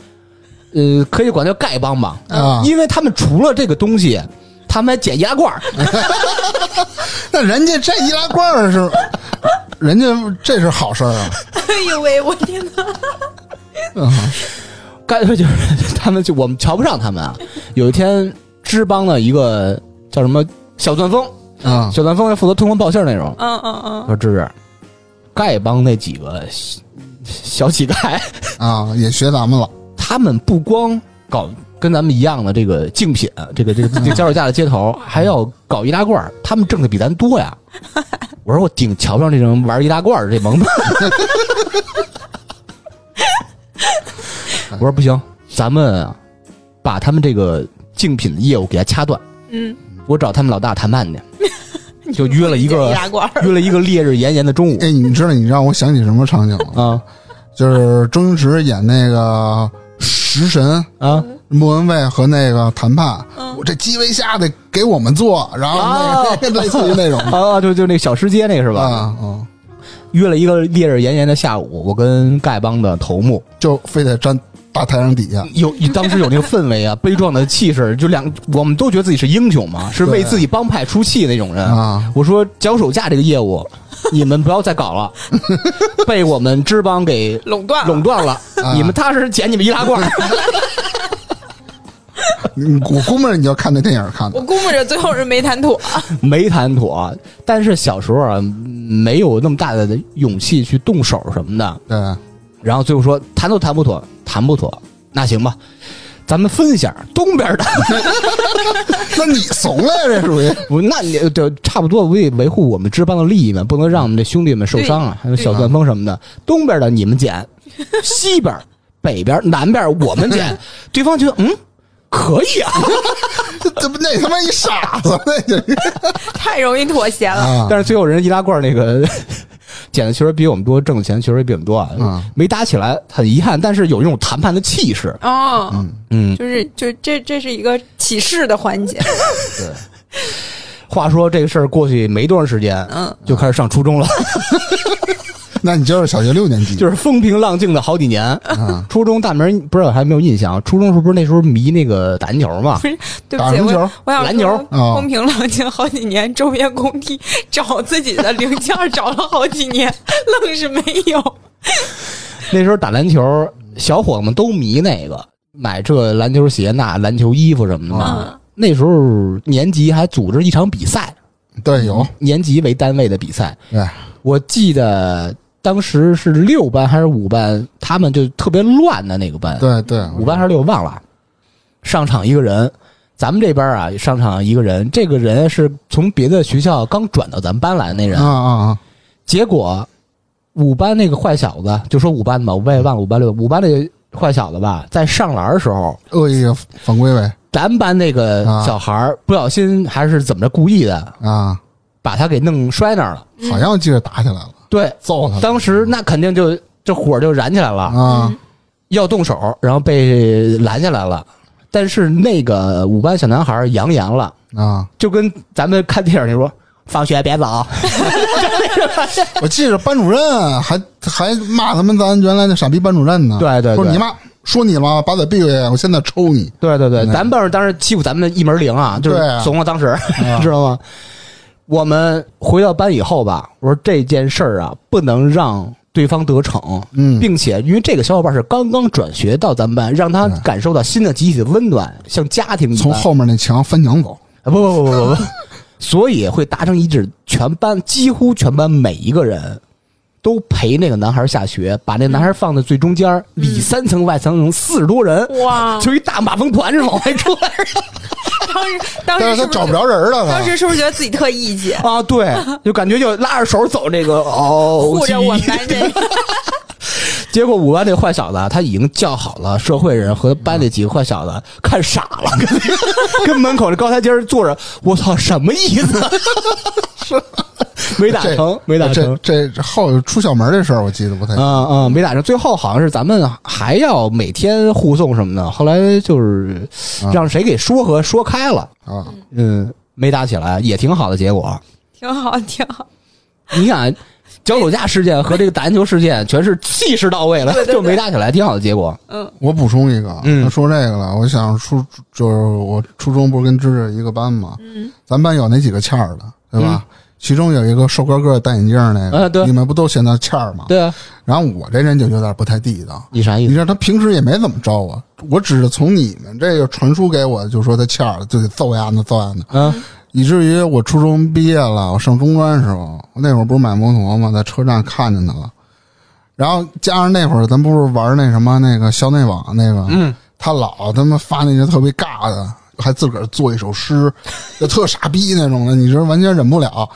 S3: 呃，可以管叫丐帮吧，
S1: 啊
S3: 因为他们除了这个东西，他们还捡易拉罐儿，
S1: 啊那人家这易拉罐儿是， 人家这是好事儿啊。
S2: 哎呦喂，我天哪！
S3: 干脆 就是他们就我们瞧不上他们啊。有一天，支帮的一个叫什么小钻风，
S1: 啊，
S3: 小钻风负责通风报信儿那种，
S2: 嗯嗯嗯，
S3: 说芝芝，丐帮那几个小小乞丐，
S1: 啊，也学咱们了，
S3: 他们不光搞跟咱们一样的这个竞品，这个这个这个脚手架的街头，还要搞易拉罐儿，他们挣的比咱多呀。我说我顶瞧不上这种玩易拉罐儿的这蒙子。我说不行，咱们啊把他们这个竞品的业务给他掐断。
S2: 嗯，
S3: 我找他们老大谈判去，就约了一
S2: 易
S3: 个
S2: 拉罐儿，
S3: 约了一个烈日炎炎的中 午
S1: 哎，你知道你让我想起什么场景了？
S3: 啊
S1: 就是周星驰演那个食神
S3: 啊！
S1: 莫文蔚和那个谈判，
S2: 嗯
S1: 我这鸡尾虾得给我们做，然后那个、 类似于那种
S3: 啊，就就那个小吃街那个是吧？
S1: 啊，嗯，
S3: 约了一个烈日炎炎的下午，我跟丐帮的头目
S1: 就非得站大太阳底下，
S3: 有当时有那个氛围啊，悲壮的气势，就两我们都觉得自己是英雄嘛，是为自己帮派出气那种人
S1: 啊。
S3: 我说脚手架这个业务， 你们不要再搞了， 被我们支帮给
S2: 垄断了
S3: 垄断了，
S1: 啊
S3: 你们踏实捡你们易拉罐儿。
S1: 嗯我估摸着你就看那电影看
S2: 我
S1: 的，
S2: 估摸着最后是没谈妥。
S3: 没谈妥，但是小时候啊，没有那么大的勇气去动手什么的。
S1: 对，
S3: 然后最后说谈都谈不妥，谈不妥，那行吧，咱们分一下东边的。
S1: 那你怂了呀？这属于
S3: 不，那你就差不多为维护我们支帮的利益嘛，不能让我们这兄弟们受伤啊，还有小钻风什么的。东边的你们捡，西 边、北边、南边我们捡。对方觉得嗯，可以 啊，
S1: 这这不那他妈一傻子，那就
S2: 太容易妥协了。
S1: 啊，
S3: 但是最后人家易拉罐那个 捡的确实比我们多，挣的钱确实比我们多啊，
S1: 嗯
S3: 没打起来很遗憾，但是有一种谈判的气势。
S2: 哦，
S3: 嗯，
S2: 就是就这这是一个起势的环节。
S3: 话说这个事儿过去没多长时间，
S2: 嗯，
S3: 就开始上初中了。
S1: 那你就是小学六年级，
S3: 就是风平浪静的好几年。
S1: 嗯啊，
S3: 初中大门不知道还有没有印象？啊初中是不是那时候迷那个打篮 球嘛？
S2: 对
S1: 打
S2: 不起，
S1: 篮
S2: 我
S1: 球，
S2: 我想
S3: 篮球
S2: 说
S1: 啊
S2: 风平浪静好几年，周边工地 找自己的零件儿找了好几年， 愣是没有。
S3: 那时候打篮球，小伙子们都迷那个，买这篮球鞋、那篮球衣服什么的嘛。
S1: 啊
S2: 嗯
S3: 那时候年级还组织一场比赛，
S1: 对，有，
S3: 年级为单位的比赛。
S1: 对，
S3: 我记得当时是六班还是五班，他们就特别乱的那个班，
S1: 对对，
S3: 嗯五班还是六忘了。上场一个人，咱们这边啊上场一个人，这个人是从别的学校刚转到咱们班来的那人
S1: 啊，啊啊，
S3: 结果五班那个坏小子，就说五班吧，我也忘了五班六五班那个坏小子吧，在上篮的时候，
S1: 恶意犯规呗，
S3: 咱班那个
S1: 啊
S3: 小孩儿不小心还是怎么着故意的，
S1: 啊，
S3: 把他给弄摔那儿了。
S2: 嗯
S1: 好像记着打起来了，
S3: 对，
S1: 揍他了
S3: 嗯当时那肯定就这火就燃起来了，
S1: 啊啊，
S3: 要动手，然后被拦下来了。但是那个五班小男孩扬言了，
S1: 啊！
S3: 就跟咱们看电影里说。放学别走，
S1: 我记着班主任还还骂他们咱原来那傻逼班主任呢，
S3: 对对对
S1: 说你妈说你了，把嘴闭回去，我现在抽你
S3: 对对对，
S1: 嗯
S3: 咱们班上当时欺负咱们一门零啊，就是
S1: 对啊
S3: 怂了。当时、
S1: 啊
S3: 知道吗？我们回到班以后吧，我说这件事儿啊，不能让对方得逞，
S1: 嗯
S3: 并且因为这个小伙伴是刚刚转学到咱们班，让他感受到新的集体的温暖，像家庭一般。
S1: 从后面那墙翻墙走，
S3: 啊，不不不不不不， 所以会达成一致，全班几乎全班每一个人都陪那个男孩下学，把那男孩放在最中间儿，里三层外三层，四十多人，
S2: 嗯哇！
S3: 就一大马蜂团似的往外 转。
S2: 嗯当时当
S1: 但
S2: 时
S1: 是
S2: 是
S1: 他找
S2: 不是
S1: 不着人了，
S2: 当
S1: 他
S2: 时是不是觉得自己特义气，
S3: 啊，对，就感觉就拉着手走这个哦，
S2: 护着我们班这个？
S3: 结果五班那坏小子啊他已经叫好了社会人和班里几个坏小子，看傻 了，跟跟门口这高台阶儿坐着，我操，什么意思？ 没打成
S1: 这，
S3: 没打成
S1: 这。这这后出校门这事儿我记得不太
S3: 嗯嗯，没打成。最后好像是咱们还要每天护送什么的，后来就是
S1: 啊
S3: 让谁给说和说开了，
S1: 啊，
S3: 嗯，没打起来，也挺好的结果。
S2: 挺好，挺好。
S3: 你想，脚手架事件和这个打篮球事件全是气势到位了，
S2: 对对对
S3: 就没打起来，挺好的结果。
S2: 嗯
S1: 我补充一个，
S3: 嗯
S1: 他说这个了，我想初就是我初中不是跟芝芝一个班嘛，
S2: 嗯，
S1: 咱班有那几个欠儿的，对吧？其中有一个瘦高个戴眼镜儿那个，
S3: 嗯啊对
S1: 你们不都嫌他欠儿吗？
S3: 对啊，
S1: 然后我这人就有点不太地道，
S3: 你啥意
S1: 你
S3: 思？
S1: 知道他平时也没怎么招我，我只是从你们这个传输给我，就说他欠儿了，就得揍丫的揍丫的，
S3: 嗯
S1: 以至于我初中毕业了，我上中专的时候，我那会儿不是买摩托嘛，在车站看见他了，然后加上那会儿咱不是玩那什么那个校内网那个，
S3: 嗯，
S1: 他老他妈发那些特别尬的，还自个儿做一首诗，就特傻逼那种的，你这完全忍不了。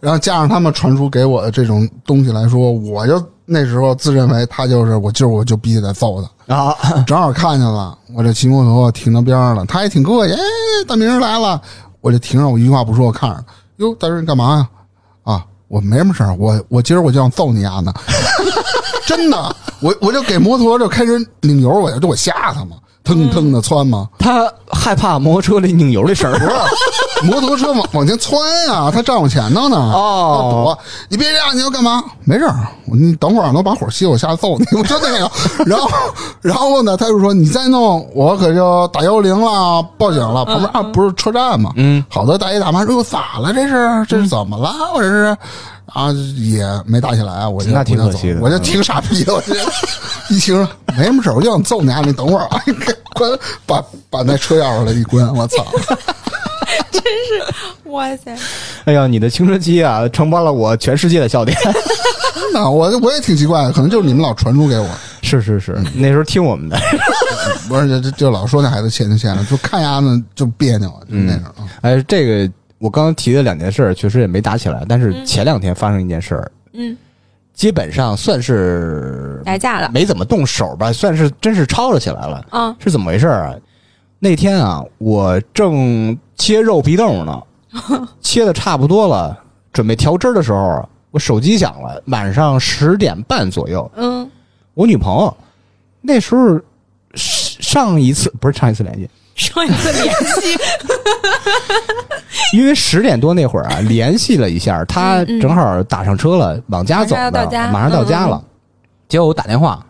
S1: 然后加上他们传输给我的这种东西来说，我就那时候自认为他就是我，就是我就必须得揍他。
S3: 啊，
S1: 正好看见了，我这骑摩托停到边上了，他也挺客气，哎，大明儿来了，我就停上，我一句话不说，我看着，哟，大明儿你干嘛呀？啊，我没什么事儿，我我今儿我就想揍你丫的， 真的，我我就给摩托就开始拧油，我就就我吓他嘛，腾腾的窜嘛，
S3: 他害怕摩托车里拧油这事儿。
S1: 摩托车往往前窜呀、他站我前头呢，
S3: 哦
S1: 要躲，你别这样，你要干嘛？没事儿，我你等会儿能把火熄了，我下来揍你，我就那个。然后，然后呢，他就说你再弄，我可就打幺幺零了，报警了。旁边啊，不是车站嘛，
S3: 嗯，
S1: 好多大爷大妈说哎咋了？这是这是怎么了？我这是。啊，也没打起来，啊我就
S3: 那挺
S1: 我就
S3: 可惜的嗯
S1: 走我就挺傻逼的，我就一听说没什么事儿，我就想揍你啊！你等会儿啊，你给关把把那车钥匙来一关，我操！
S2: 哇塞，
S3: 哎呀，你的青春期啊，承包了我全世界的笑点。
S1: 真的，我我也挺奇怪的，可能就是你们老传输给我，
S3: 是是是，那时候听我们的。
S1: 不是就就就老说那孩子欠就欠了，就看丫呢就别扭，就那种。
S3: 哎，这个我刚刚提的两件事儿，确实也没打起来，但是前两天发生一件事儿，
S2: 嗯，
S3: 基本上算是
S2: 打架了，
S3: 没怎么动手吧，算是真是吵吵起来了。
S2: 嗯
S3: 是怎么回事儿啊？那天啊，我正切肉皮冻 呢，切的差不多了，准备调汁儿的时候啊，我手机响了，晚上十点半左右，
S2: 嗯
S3: 我女朋友那时候上上一次不是上一次联系，
S2: 上一次联系，
S3: 因为十点多那 会儿啊，联系了一下，他正好打上车了，往家走呢
S2: 嗯马上要到家，
S3: 马上到家
S2: 嗯嗯
S3: 了。结果我打电话，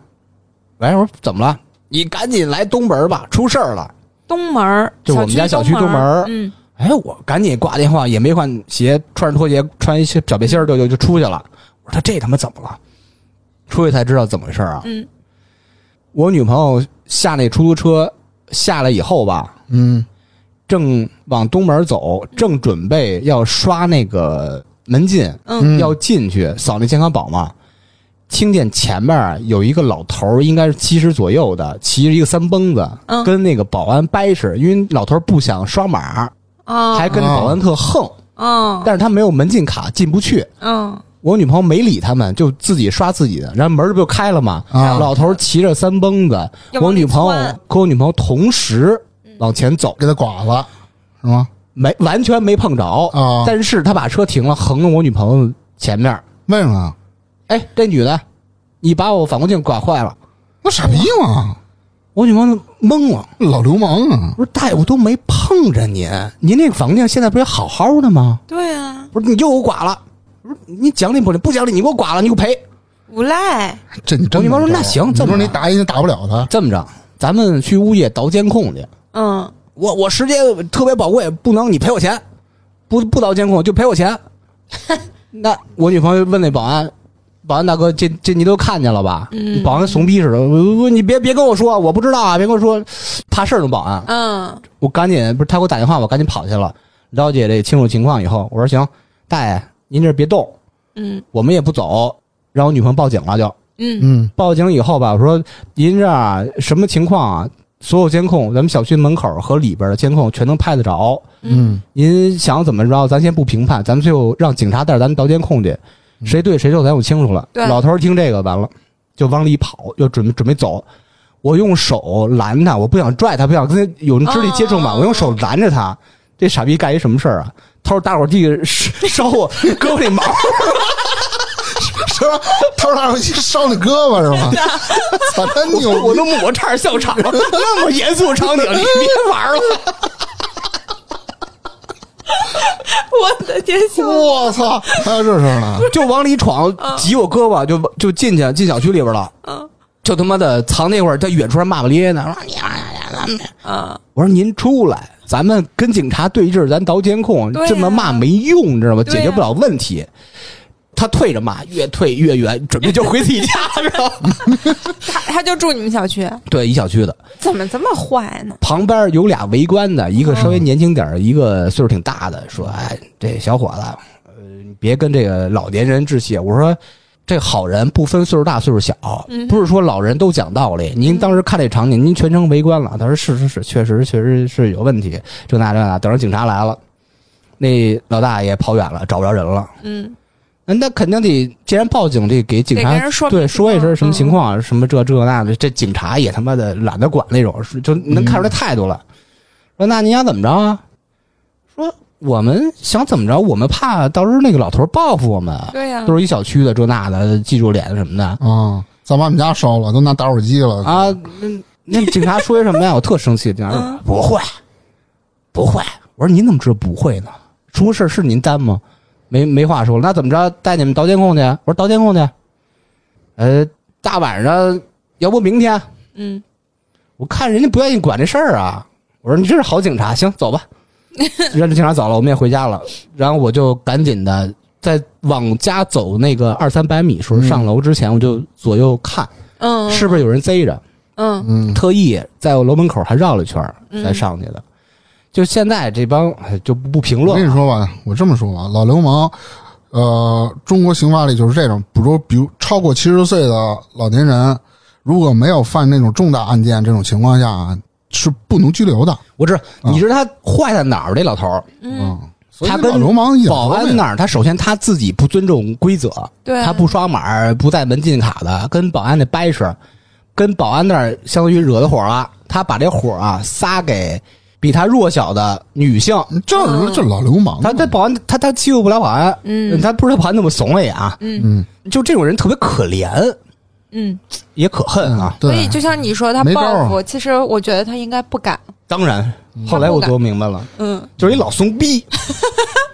S3: 喂，我说怎么了？你赶紧来东门吧，出事儿了。
S2: 东门儿，
S3: 就我们家小区
S2: 东
S3: 东门儿
S2: 嗯，
S3: 哎，我赶紧挂电话，也没换鞋，穿着拖鞋，穿一些小背心儿就就就出去了。我说他这他妈怎么了？出去才知道怎么回事儿啊！
S2: 嗯，
S3: 我女朋友下那出租车下来以后吧，
S1: 嗯，
S3: 正往东门走，
S2: 嗯
S3: 正准备要刷那个门禁，
S1: 嗯
S3: 要进去扫那健康宝嘛。听见前面啊有一个老头儿，应该是七十左右的，骑着一个三蹦子，
S2: 嗯
S3: 跟那个保安掰扯，因为老头儿不想刷码，
S2: 哦，
S3: 还跟那保安特横，
S2: 嗯
S3: 但是他没有门禁卡进不去。
S2: 嗯
S3: 我女朋友没理他们，就自己刷自己的，然后门儿不就开了嘛。
S1: 啊
S3: 老头儿骑着三蹦子，
S2: 要
S3: 我
S2: 往里
S3: 女朋友
S2: 窜
S3: 和我女朋友同时往前走，
S1: 给他剐了，是吗？
S3: 没完全没碰着
S1: 啊
S3: 但是他把车停了，横到我女朋友前面儿。
S1: 为什么呀？
S3: 哎，这女的，你把我反光镜刮坏了。
S1: 那傻逼嘛，
S3: 我女朋友懵了，
S1: 老流氓啊！
S3: 我说大爷，我都没碰着您，您那个反光镜现在不是好好的吗？
S2: 对啊，
S3: 不是，你又给我剐了。我说你讲理不讲理？不讲理，你给我剐了，你给我赔。
S2: 无赖，
S1: 这你真
S3: 我女朋友说
S1: 没招
S3: 那行
S1: 你
S3: 这么
S1: 说
S3: 着
S1: 你打也打不了他，
S3: 这么着，咱们去物业倒监控去。
S2: 嗯
S3: 我我时间特别宝贵，不能你赔我钱，不不倒监控就赔我钱。那我女朋友问那保安，保安大哥，这这你都看见了吧？
S2: 嗯
S3: 保安跟怂逼似的，我我你别别跟我说，我不知道啊，别跟我说，怕事儿呢。保安，
S2: 嗯
S3: 我赶紧不是他给我打电话，我赶紧跑去了，了解这清楚情况以后，我说行，大爷您这别动，
S2: 嗯
S3: 我们也不走，让我女朋友报警了就。
S2: 嗯
S1: 嗯
S3: 报警以后吧，我说您这儿啊什么情况啊？所有监控，咱们小区门口和里边的监控全能拍得着。
S1: 嗯
S3: 您想怎么着，咱先不评判，咱们就让警察带着咱们调监控去，谁对谁错咱就清楚了。
S2: 对
S3: 老头儿听这个完了，就往里跑，就准备准备走。我用手拦他，我不想拽他，不想跟他有肢体接触嘛，
S2: 哦
S3: 我用手拦着他。这傻逼干一什么事儿啊？他说大伙儿地烧我胳膊里毛，
S1: 是吧？他说他说烧你胳膊是 吧？操，真
S3: 我
S1: 牛
S3: 我都抹差点笑场了。那么严肃场景，你别玩了。
S2: 我的天，
S1: 逼！
S2: 笑死我
S1: 我操，还有这事儿呢？
S3: 就往里闯，挤我胳膊，就就进去进小区里边了。
S2: 嗯
S3: 就他妈的藏那会儿，在远处还骂骂咧咧呢，说你妈呀，咱们。
S2: 嗯，
S3: 我说您出来，咱们跟警察对峙，咱倒监控，
S2: 对呀
S3: 这么骂没用，你知道吗？
S2: 对呀
S3: 解决不了问题。他退着骂，越退越远，准备就回自己家了，知道吗？
S2: 他他就住你们小区，
S3: 对，一小区的，
S2: 怎么这么坏呢？
S3: 旁边有俩围观的，一个稍微年轻点儿，一个岁数挺大的，说：“哎，这小伙子，呃，你别跟这个老年人致谢。”我说：“这好人不分岁数大岁数小，不是说老人都讲道理。您当时看这场景，您全程围观了。”他说：“是是是，确实确实是有问题，这那这那。”等着警察来了，那老大爷跑远了，找不着人了。
S2: 嗯
S3: 那那肯定得，既然报警，得给警
S2: 得
S3: 察
S2: 跟人说
S3: 对
S2: 明
S3: 说一
S2: 情
S3: 声
S2: 况
S3: 什
S2: 嗯
S3: 么情况，啊什么这这那的，这警察也他妈的懒得管那种，是就
S2: 嗯
S3: 能看出来态度了。说那你想怎么着啊？说我们想怎么着？我们怕到时候那个老头报复我们，啊
S2: 对啊呀
S3: 都是一小区的这那的，记住脸什么的
S1: 啊，咱把我们家烧了，都拿打火机了，
S3: 啊。那那警察说一什么呀？我特生气。警察说
S2: 嗯
S3: 不会，不会。我说您怎么知道不会呢？出事是您担吗？没没话说了。那怎么着？带你们倒监控去？我说倒监控去。呃，大晚上，要不明天？
S2: 嗯，
S3: 我看人家不愿意管这事儿啊。我说你这是好警察，行，走吧。让这警察走了，我们也回家了。然后我就赶紧的在往家走那个二三百米时候，
S1: 嗯
S3: 上楼之前我就左右看，
S2: 嗯
S3: 是不是有人贼着，
S2: 嗯
S1: 嗯
S3: 特意在我楼门口还绕了一圈儿
S2: 嗯
S3: 才上去的。就现在这帮哎就不评
S1: 我
S3: 论
S1: 跟你
S3: 了，
S1: 说吧，我这么说啊，老流氓，呃，中国刑法里就是这种，比如比如超过七十岁的老年人，如果没有犯那种重大案件这种情况下啊，是不能拘留的。
S3: 我知道，你知道他坏在哪儿？这老头儿，
S2: 嗯，
S1: 嗯，啊所以
S3: 他跟
S1: 老流氓一点
S3: 保
S1: 都没
S3: 安
S1: 有
S3: 那儿，他首先他自己不尊重规则，
S2: 对，啊
S3: 他不刷码，不带门禁卡的，跟保安那掰扯，跟保安那儿相当于惹的火了。他把这火啊撒给比他弱小的女性，
S1: 嗯这是这老流氓嘛，
S3: 他他保安他他欺负不了保安，
S2: 嗯
S3: 他不知道保安那么怂了也啊，
S2: 嗯
S3: 就这种人特别可怜，
S2: 嗯，
S3: 也可恨啊。
S2: 所
S1: 对，
S2: 以就像你说他
S1: 没招儿
S2: 报复，其实我觉得他应该不敢，
S3: 当然，后来我琢磨明白了，
S2: 嗯，
S3: 就是一老怂逼，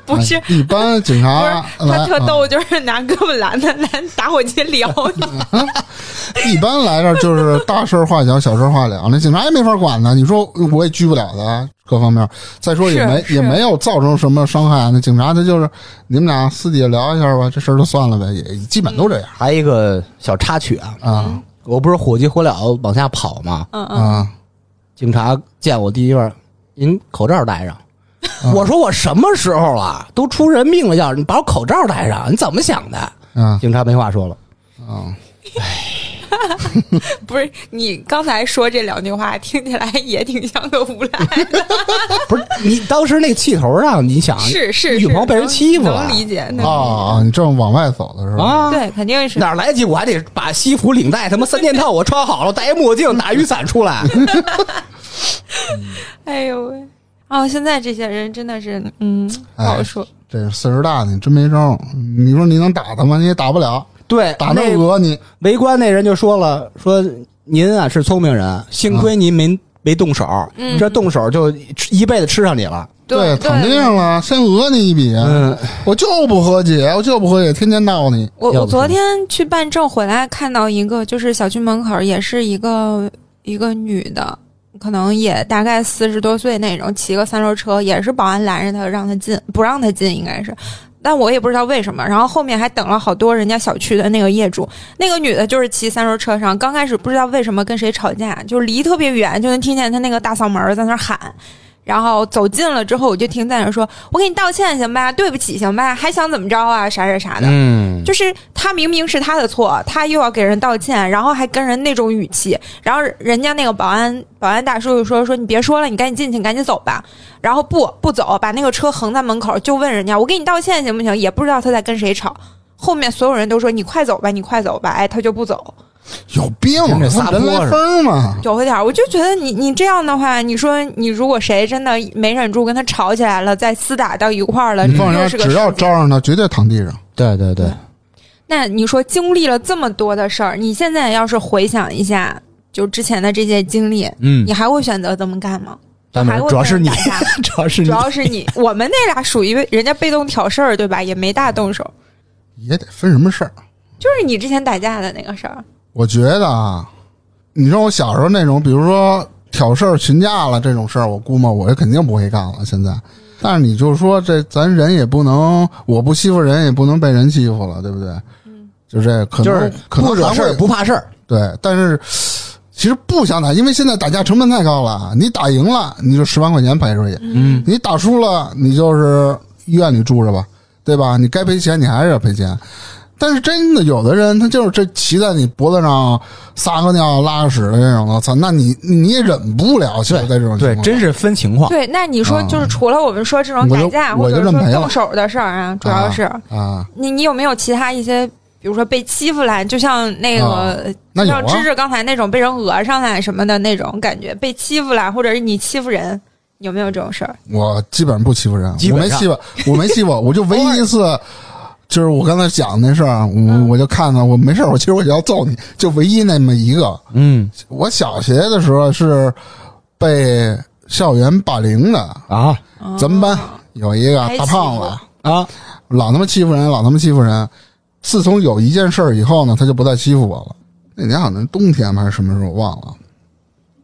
S2: 不是，
S1: 哎一般警
S2: 不是
S1: 察，
S2: 他
S1: 来
S2: 特
S1: 啊
S2: 逗，就是拿胳膊拦他，拦打火机撩你。
S1: 一般来这儿就是大事儿化小，小事儿化了，那警察也没法管呢。你说我也拘不了他，各方面。再说也
S2: 是
S1: 没
S2: 是
S1: 也没有造成什么伤害，那警察他就是你们俩私底下聊一下吧，这事儿就算了呗，也基本都这样
S3: 还有一个小插曲啊，
S1: 啊
S3: 我不是火急火燎往下跑吗？
S2: 嗯嗯，
S1: 啊
S3: 警察见我第一面，您口罩戴上。我说我什么时候了？都出人命了，要是你把我口罩戴上，你怎么想的？
S1: 啊
S3: 警察没话说了，
S1: 啊！
S2: 不是，你刚才说这两句话听起来也挺像个无赖的，
S3: 不是你当时那个气头上，你想
S2: 是是，
S3: 啊女朋友被人欺负了
S2: 能能理解，能理解
S1: 啊啊！你正往外走的时候，
S3: 啊？
S2: 对，肯定是
S3: 哪儿来得及？我还得把西服领带他妈三件套我穿好了，戴一墨镜，打雨伞出来。
S2: 哎呦喂！哦，现在这些人真的是，嗯，不好说。
S1: 这岁数大你真没招，你说你能打他吗？你也打不了，
S3: 对，
S1: 打
S3: 那
S1: 那讹你
S3: 围观那人就说了，说您啊是聪明人，幸亏您没、没动手，
S2: 嗯
S3: 这动手就一辈子吃上你了。
S2: 对，
S1: 肯定了，先讹你一笔，
S3: 嗯，
S1: 我就不和解，我就不和解，天天闹你
S2: 我
S3: 要
S2: 我
S3: 不
S2: 昨
S3: 是
S2: 天去办证回来，看到一个，就是小区门口儿也是一个一个女的，可能也大概四十多岁那种，骑个三轮车，也是保安拦着她，让她进，不让她进，应该是。但我也不知道为什么，然后后面还等了好多人家小区的那个业主，那个女的就是骑三轮车上，刚开始不知道为什么跟谁吵架，就离特别远就能听见她那个大嗓门儿在那儿喊，然后走近了之后我就听在那儿说：“我给你道歉行吧，对不起行吧，还想怎么着啊，啥啥啥的。”
S3: 嗯，
S2: 就是他明明是他的错，他又要给人道歉，然后还跟人那种语气，然后人家那个保安保安大叔就说说你别说了，你赶紧进去，赶紧走吧。然后不不走，把那个车横在门口，就问人家我给你道歉行不行？也不知道他在跟谁吵。后面所有人都说你快走吧，你快走吧，哎，他就不走。
S1: 有病啊
S3: 跟这，
S1: 他
S3: 撒
S1: 们人
S3: 泼
S1: 来
S3: 似的
S1: 疯儿嘛。
S2: 有一点儿，我就觉得你你这样的话，你说你如果谁真的没忍住跟他吵起来了，再厮打到一块儿了，
S1: 你放
S2: 这
S1: 人家
S2: 又是个
S1: 只要
S2: 事情
S1: 招上他，绝对躺地上。
S3: 对对对，
S2: 那你说经历了这么多的事儿，你现在要是回想一下，就之前的这些经历，
S3: 嗯
S2: 你，还会选择这么干吗？
S3: 大美
S2: 还会
S3: 主要是你
S2: 跟人 打架
S3: 主要是
S2: 主
S3: 你
S2: 要是你，我们那俩属于人家被动挑事儿，对吧？也没大动手，
S1: 也得分什么事儿。
S2: 就是你之前打架的那个事儿。
S1: 我觉得啊，你说我小时候那种，比如说挑事儿、群架了这种事儿，我估摸我也肯定不会干了。现在，但是你就说这咱人也不能，我不欺负人也不能被人欺负了，对不对？
S2: 嗯
S1: 就这可能
S3: 就是
S1: 可能
S3: 不惹
S1: 还
S3: 事
S1: 会
S3: 儿不怕事儿。
S1: 对，但是其实不想打，因为现在打架成本太高了。啊你打赢了，你就十万块钱赔出去；
S3: 嗯，
S1: 你打输了，你就是医院里住着吧，对吧？你该赔钱，你还是要赔钱。但是真的，有的人他就是这骑在你脖子上撒个尿、拉个屎的这种，我操，那你你也忍不了。现在这种情
S3: 对，
S1: 况，
S3: 真是分情况。
S2: 对，那你说就是除了我们说这种打架
S1: 哦我就
S2: 或
S1: 我就
S2: 者说
S1: 认赔了
S2: 动手的事儿啊，主要是、
S1: 啊，
S2: 你你有没有其他一些，比如说被欺负来，就像那
S1: 啊
S2: 个呃
S1: 那有
S2: 像芝
S1: 啊，
S2: 芝刚才那种被人讹上来什么的那种感觉，被欺负了，或者是你欺负人，有没有这种事儿？
S1: 我基本上不欺负人，
S3: 基
S1: 我
S3: 本
S1: 没
S3: 上
S1: 欺负，我没欺负，我就唯一一 次。就是我刚才讲那事儿，啊我
S2: 嗯
S1: 我就看看，我没事儿，我其实我就要揍你，就唯一那么一个。
S3: 嗯
S1: 我小学的时候是被校园霸凌的，
S3: 啊
S2: 哦
S1: 咱们班有一个
S2: 挨
S1: 大
S2: 欺
S1: 胖
S2: 负
S1: 子，
S3: 啊，
S1: 老他妈欺负人，老他妈欺负人。自从有一件事儿以后呢，他就不再欺负我了。那年好像冬天吧还是什么时候，我忘了。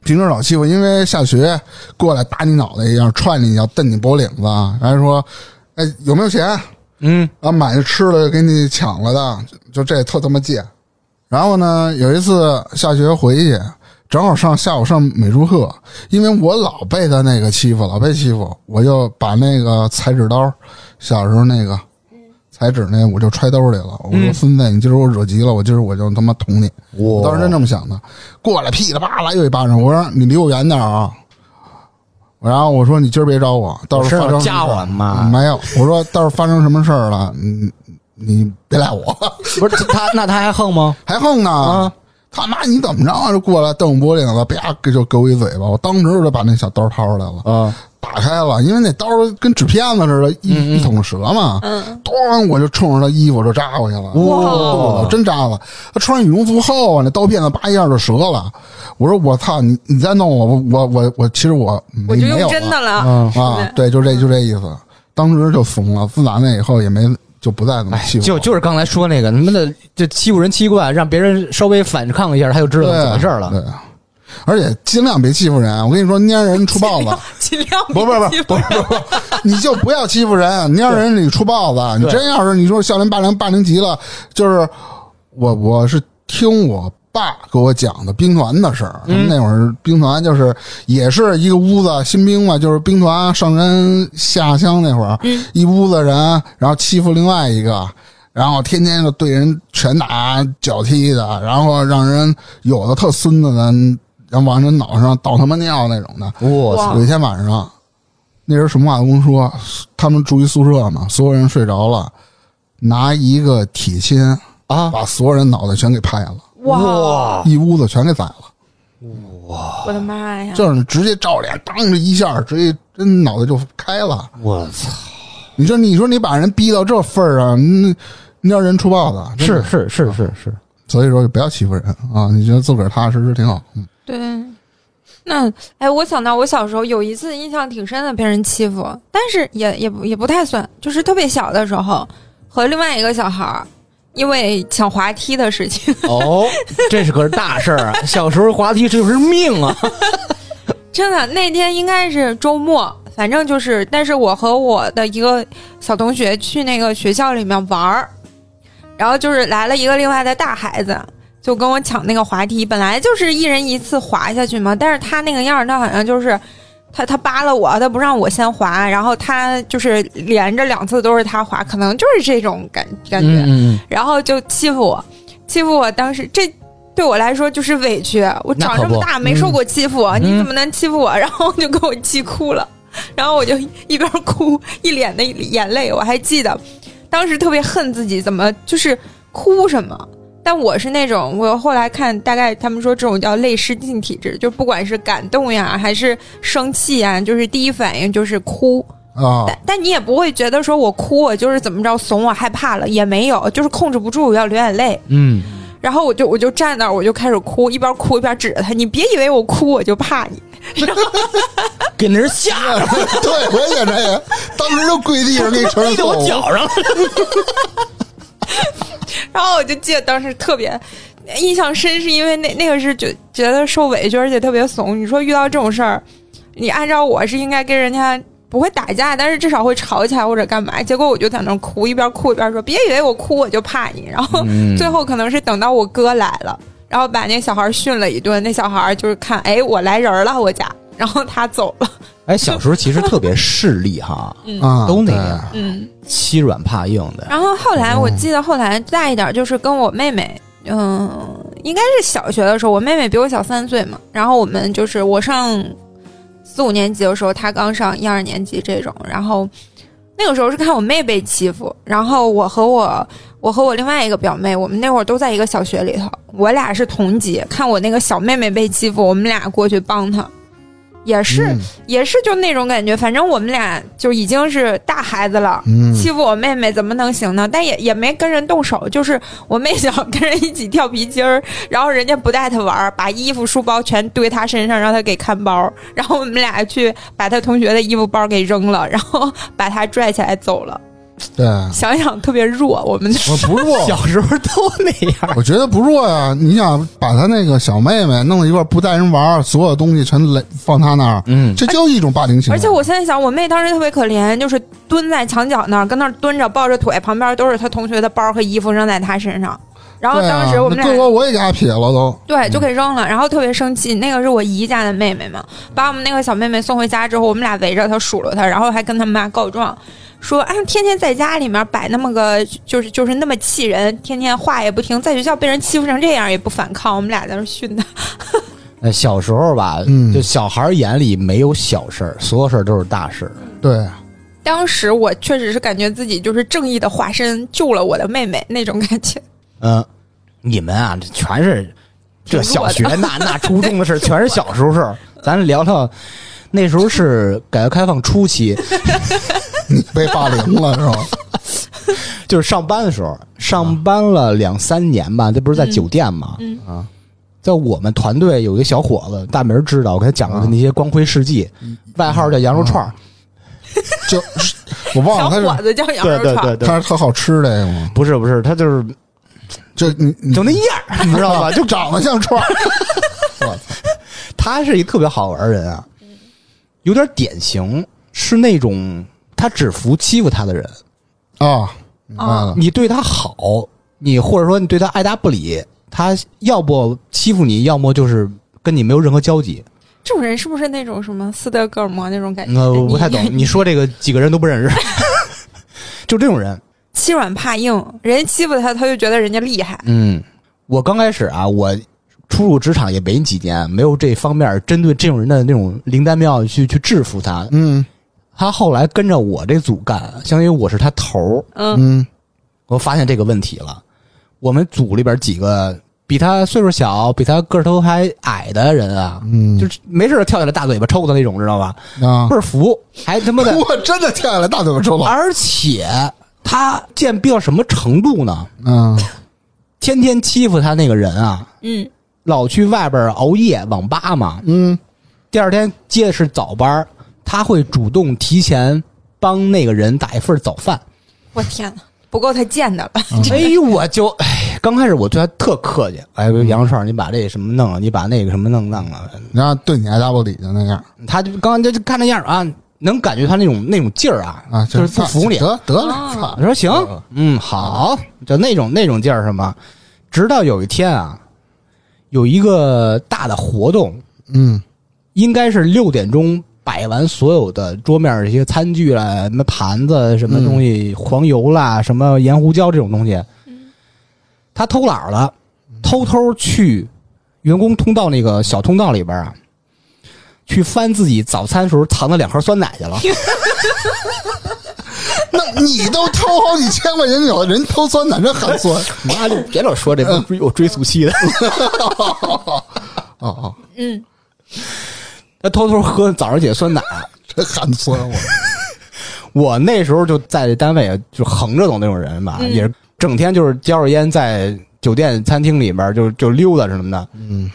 S1: 平时老欺负，因为下学过来打你脑袋一样，踹你一脚，蹬你脖领子，还说：“哎，有没有钱？
S3: 嗯
S1: 啊，买的吃的给你抢了的，就这特他妈贱。然后呢，有一次下学回去，正好上下午上美术课，因为我老被他那个欺负，老被欺负，我就把那个裁纸刀，小时候那个裁纸那，我就揣兜里了。我说
S3: 嗯
S1: 孙子，你今儿我惹急了，我今儿我就他妈捅你。我
S3: 我
S1: 当时真这么想的，过来噼里啪啦又一巴掌，我说你离我远点儿啊。然后我说你今儿别找我，到时候发生
S3: 我身上加我
S1: 嘛
S3: 吗
S1: 嗯没有，我说到时候发生什么事儿了，你你别赖我，
S3: 不是他，那他还横吗？
S1: 还横呢。
S3: 啊
S1: 他妈你怎么着啊？就过来瞪我脖领子，啪给就给我一嘴巴。我当时就把那小刀掏出来了，
S3: 啊，
S1: 打开了，因为那刀跟纸片子似的，
S3: 嗯
S1: 一、一捅折嘛，
S2: 嗯，
S1: 咣、我就冲着他衣服就扎过去了。
S3: 哇
S1: 我真扎了！他穿羽绒服后啊，那刀片子叭一下就折了。我说我操，你你再弄我，我我我我，其实我
S2: 我
S1: 没
S2: 就
S1: 没有
S2: 用
S1: 了
S2: 真的了，
S3: 嗯
S1: 啊，对，就这就这意思。当时就怂了，自打那以后也没就不再怎么
S3: 哎，
S1: 欺负我
S3: 就
S1: 了。
S3: 就是刚才说那个，他妈的，就欺负人欺惯，让别人稍微反抗一下，他就知道怎么回事了。
S1: 对，而且尽量别欺负人。我跟你说，蔫人出 豹子，
S2: 尽量
S1: 不不不
S2: 别欺
S1: 不
S2: 负
S1: 不不，你就不要欺负人。你要人你出豹子，你
S3: 对
S1: 真要是你说校园霸凌霸凌极了，就是我我是听我。爸给我讲的兵团的事儿，他们那会儿兵团就是也是一个屋子新兵嘛，就是兵团上山下乡那会儿，一屋子人，然后欺负另外一个，然后天天就对人拳打脚踢的，然后让人有的特孙子的，然后往人脑上倒他妈尿那种的，
S3: 我操！
S2: 哇
S1: 有一天晚上，那人什么话都不说，他们住一宿舍嘛，所有人睡着了，拿一个铁锨
S3: 啊，
S1: 把所有人脑袋全给拍了，
S2: 哇！
S1: 一屋子全给宰了，
S2: 我的妈呀！
S1: 就是直接照脸，当着一下，直接真脑袋就开了。
S3: 我操！
S1: 你说，你说你把人逼到这份儿上，你你要人出豹子，啊真
S3: 是
S1: 的
S3: 是是是是，
S1: 所以说不要欺负人啊！你觉得自个儿踏踏实实挺好。嗯
S2: 对，那哎，我想到我小时候有一次印象挺深的，被人欺负，但是也也不也不太算，就是特别小的时候和另外一个小孩儿，因为抢滑梯的事情，
S3: 哦，这是可是大事儿 啊！小时候滑梯这就是命啊！
S2: 真的那天应该是周末，反正就是，但是我和我的一个小同学去那个学校里面玩儿，然后就是来了一个另外的大孩子。就跟我抢那个滑梯，本来就是一人一次滑下去嘛，但是他那个样儿，他好像就是他他扒拉我，他不让我先滑，然后他就是连着两次都是他滑，可能就是这种感感觉。
S3: 嗯嗯
S2: 然后就欺负我，欺负我。当时这对我来说就是委屈，我
S3: 那
S2: 长
S3: 可
S2: 这么
S3: 不
S2: 大没受过欺负，
S3: 嗯
S2: 你怎么能欺负我？ 然后就给我气哭了，然后我就一边哭一脸的眼泪。我还记得当时特别恨自己，怎么就是哭什么。但我是那种，我后来看，大概他们说这种叫泪失禁体质，就不管是感动呀，还是生气呀，就是第一反应就是哭。
S1: 啊，
S2: 但但你也不会觉得说我哭我就是怎么着怂我害怕了也没有，就是控制不住要流眼泪，
S3: 嗯，
S2: 然后我就我就站那儿我就开始哭，一边哭一边指着他，你别以为我哭我就怕你，
S3: 给那人吓着，
S1: 对我也这样，当时就跪地上给你承认
S3: 踢到
S1: 错
S3: 我
S1: 误。
S3: 脚上了。
S2: 然后我就记得当时特别印象深，是因为那那个是觉觉得受委屈而且特别怂。你说遇到这种事儿，你按照我是应该跟人家。不会打架，但是至少会吵起来或者干嘛。结果我就在那儿哭，一边哭一边说：“别以为我哭我就怕你。”然后
S3: 嗯
S2: 最后可能是等到我哥来了，然后把那小孩训了一顿。那小孩就是看，哎，我来人了，我家，然后他走了。
S3: 哎，小时候其实特别势利哈，
S1: 啊，
S3: 都那
S1: 对
S3: 样，
S2: 嗯，
S3: 欺软怕硬的。
S2: 然后后来
S1: 嗯
S2: 我记得后来大一点，就是跟我妹妹，嗯，应该是小学的时候，我妹妹比我小三岁嘛。然后我们就是我上四五年级的时候，她刚上一二年级这种。然后那个时候是看我妹被欺负，然后我和我我和我另外一个表妹，我们那会儿都在一个小学里头，我俩是同级。看我那个小妹妹被欺负，我们俩过去帮她，也是、
S1: 嗯
S2: 也是就那种感觉。反正我们俩就已经是大孩子了，
S1: 嗯，
S2: 欺负我妹妹怎么能行呢？但也也没跟人动手，就是我妹想跟人一起跳皮筋儿，然后人家不带她玩儿，把衣服、书包全堆她身上，让她给看包。然后我们俩去把她同学的衣服包给扔了，然后把她拽起来走 了。
S1: 对，
S2: 想想特别弱，我们
S1: 我不弱，
S3: 小时候都那样，
S1: 我觉得不弱呀。你想把他那个小妹妹弄到一块儿不带人玩儿，所有东西全垒放他那儿，
S3: 嗯，
S1: 这就是一种霸凌行为。
S2: 而且我现在想，我妹当时特别可怜，就是蹲在墙角那儿，跟那儿蹲着，抱着腿，旁边都是她同学的包和衣服扔在她身上。然后
S1: 对啊
S2: 当时我们俩、
S1: 那对我我也给他撇了都。
S2: 对，
S3: 嗯
S2: 就给扔了，然后特别生气。那个是我姨家的妹妹嘛，把我们那个小妹妹送回家之后，我们俩围着她数落她，然后还跟她妈告状，说啊，天天在家里面摆那么个，就是就是那么气人，天天话也不听，在学校被人欺负成这样也不反抗，我们俩在那儿训她。
S3: 呃，小时候吧，
S1: 嗯
S3: 就小孩眼里没有小事儿，所有事儿都是大事儿。
S1: 对，
S2: 当时我确实是感觉自己就是正义的化身，救了我的妹妹那种感觉。
S3: 嗯，你们啊，这全是这
S2: 挺弱
S3: 小
S2: 的
S3: 学那那初中的事儿，全是小时候事儿。咱聊聊那时候是改革开放初期，
S1: 你 被霸凌了是吧？
S3: 就是上班的时候，上班了两三年吧，这不是在酒店嘛？
S2: 嗯
S3: 啊，在我们团队有一个小伙子，大明儿知道，我给他讲过他那些光辉事迹，外号叫羊肉串儿。
S1: 就是我
S3: 哦
S1: 忘了
S2: 小
S1: 他
S2: 伙
S1: 是
S2: 子叫嗯羊肉串儿，
S1: 他是特好吃这个吗？
S3: 不是不是，他就是嗯
S1: 就你你
S3: 就那样儿，你知道 吧？就
S1: 长得像串儿，
S3: 他是一特别好玩的人啊，有点典型，是那种他只服欺负他的人。
S2: 哦
S1: 啊，明白了，
S3: 你对他好，你或者说你对他爱答不理，他要不欺负你，要么就是跟你没有任何交集。
S2: 这种人是不是那种什么斯德哥尔摩那种感觉？
S3: 呃，我不太懂，你说这个几个人都不 认识，就这种人。
S2: 欺软怕硬，人家欺负他，他就觉得人家厉害。
S3: 嗯，我刚开始啊，我初入职场也没几年，没有这方面针对这种人的那种灵丹妙药去去制服他。
S1: 嗯
S3: 他后来跟着我这组干，相当于我是他头儿，
S2: 嗯
S1: 嗯
S3: 我发现这个问题了。我们组里边几个比他岁数小、比他个头还矮的人啊，
S1: 嗯，
S3: 就是没事儿跳起来大嘴巴抽他那种，知道吧？
S1: 啊
S3: 倍，儿服，还他妈的，
S1: 我真的跳下来大嘴巴抽了，
S3: 而且他贱逼到什么程度呢？
S1: 嗯
S3: 天天欺负他那个人啊，
S2: 嗯，
S3: 老去外边熬夜网吧嘛，
S1: 嗯，
S3: 第二天接的是早班儿，他会主动提前帮那个人打一份早饭。
S2: 我天呐，不够他贱的了。
S3: 哎呦，我就哎，刚开始我对他特客气，哎，杨串，你把这什么弄了，你把那个什么弄弄了，
S1: 然后对你爱答不理的那样
S3: 他就刚就就看那样啊，能感觉他那种那种劲儿啊，
S1: 啊，
S3: 就是不服你。
S1: 得得了，
S2: 啊
S1: 操
S3: 我说行
S1: 嗯，
S3: 嗯，好，就那种那种劲儿是吗？直到有一天啊，有一个大的活动，
S1: 嗯
S3: 应该是六点钟摆完所有的桌面儿这些餐具啦、什么盘子、什么东西、黄油啦、什么盐胡椒这种东西，他偷懒儿了，偷偷去员工通道那个小通道里边儿啊，去翻自己早餐时候藏的两盒酸奶去了。
S1: 那你都偷好几千块钱酒，人偷酸奶真寒酸。
S3: 妈就别老说这个有追溯期的。
S1: 哦哦，
S2: 嗯，
S3: 他偷偷喝早上姐酸 奶。
S1: 真寒酸 我。
S3: 我那时候就在这单位就横着走那种人吧，
S2: 嗯
S3: 也是整天就是叼着烟在酒店餐厅里边就就溜达什么的。
S1: 嗯，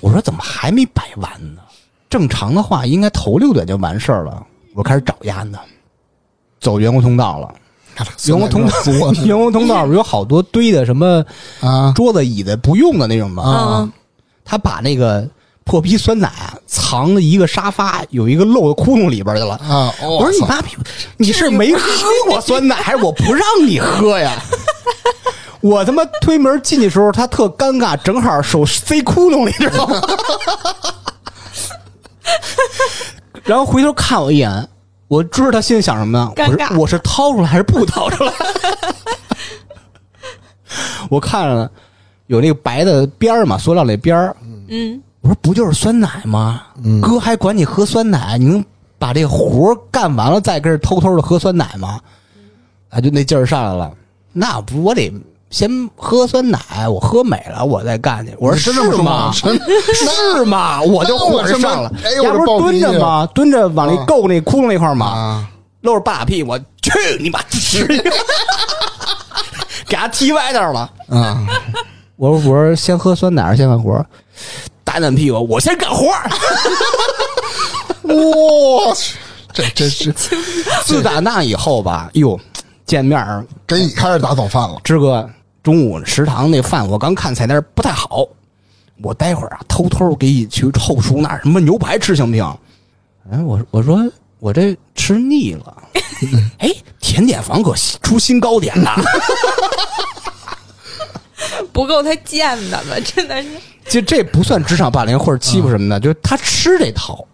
S3: 我说怎么还没摆完呢？正常的话应该头六点就完事儿了。我开始找烟呢，走员工通道了。员工通道， 员工通道不是有好多堆的什么
S1: 啊
S3: 桌子、椅子不用的那种吗？
S1: 啊
S2: 嗯，
S3: 他把那个破逼酸奶啊藏在一个沙发有一个漏的窟窿里边去了。
S1: 啊！我
S3: 我说你
S1: 操
S3: 妈逼，你是没喝过酸奶，还是我不让你喝呀？我他妈推门进去的时候，他特尴尬，正好手塞窟窿里，知道吗？ 然后回头看我一眼，我知道他心里想什么呢？我
S2: 尴尬
S3: 是我是掏出来还是不掏出来？ 我看了有那个白的边儿嘛，塑料那边儿，
S2: 嗯，
S3: 我说不就是酸奶吗？哥还管你喝酸奶，你能把这活儿干完了再跟这偷偷的喝酸奶吗？啊，就那劲儿上来了。那不我得先喝酸奶，我喝美了我再干去。我说
S1: 你
S3: 是
S1: 真这么说
S3: 吗？
S1: 真
S3: 是吗？我就火着上了
S1: 哎，呦
S3: 要
S1: 我这暴
S3: 不
S1: 脾
S3: 是
S1: 气
S3: 蹲着吗？蹲着往里
S1: 啊
S3: 够那窟窿那块儿嘛，
S1: 啊！
S3: 露着半拉屁，我去你妈，直接 给他踢歪那儿了。
S1: 啊，
S3: 我说我说先喝酸奶还是先干活儿？打你屁股，我先干活儿。
S1: 我去，这这是
S3: 自打那以后吧，哟，见面儿，
S1: 给你开始打早饭了。
S3: 芝哥中午食堂那饭，我刚看菜单儿不太好，我待会儿啊偷偷给你去后厨那儿什么牛排吃行不行？哎，我我说我这吃腻了，哎，甜点房可出新糕点了。
S2: 嗯不够他贱的了，真的是。
S3: 就这不算职场霸凌或者欺负什么的，就是他吃这套。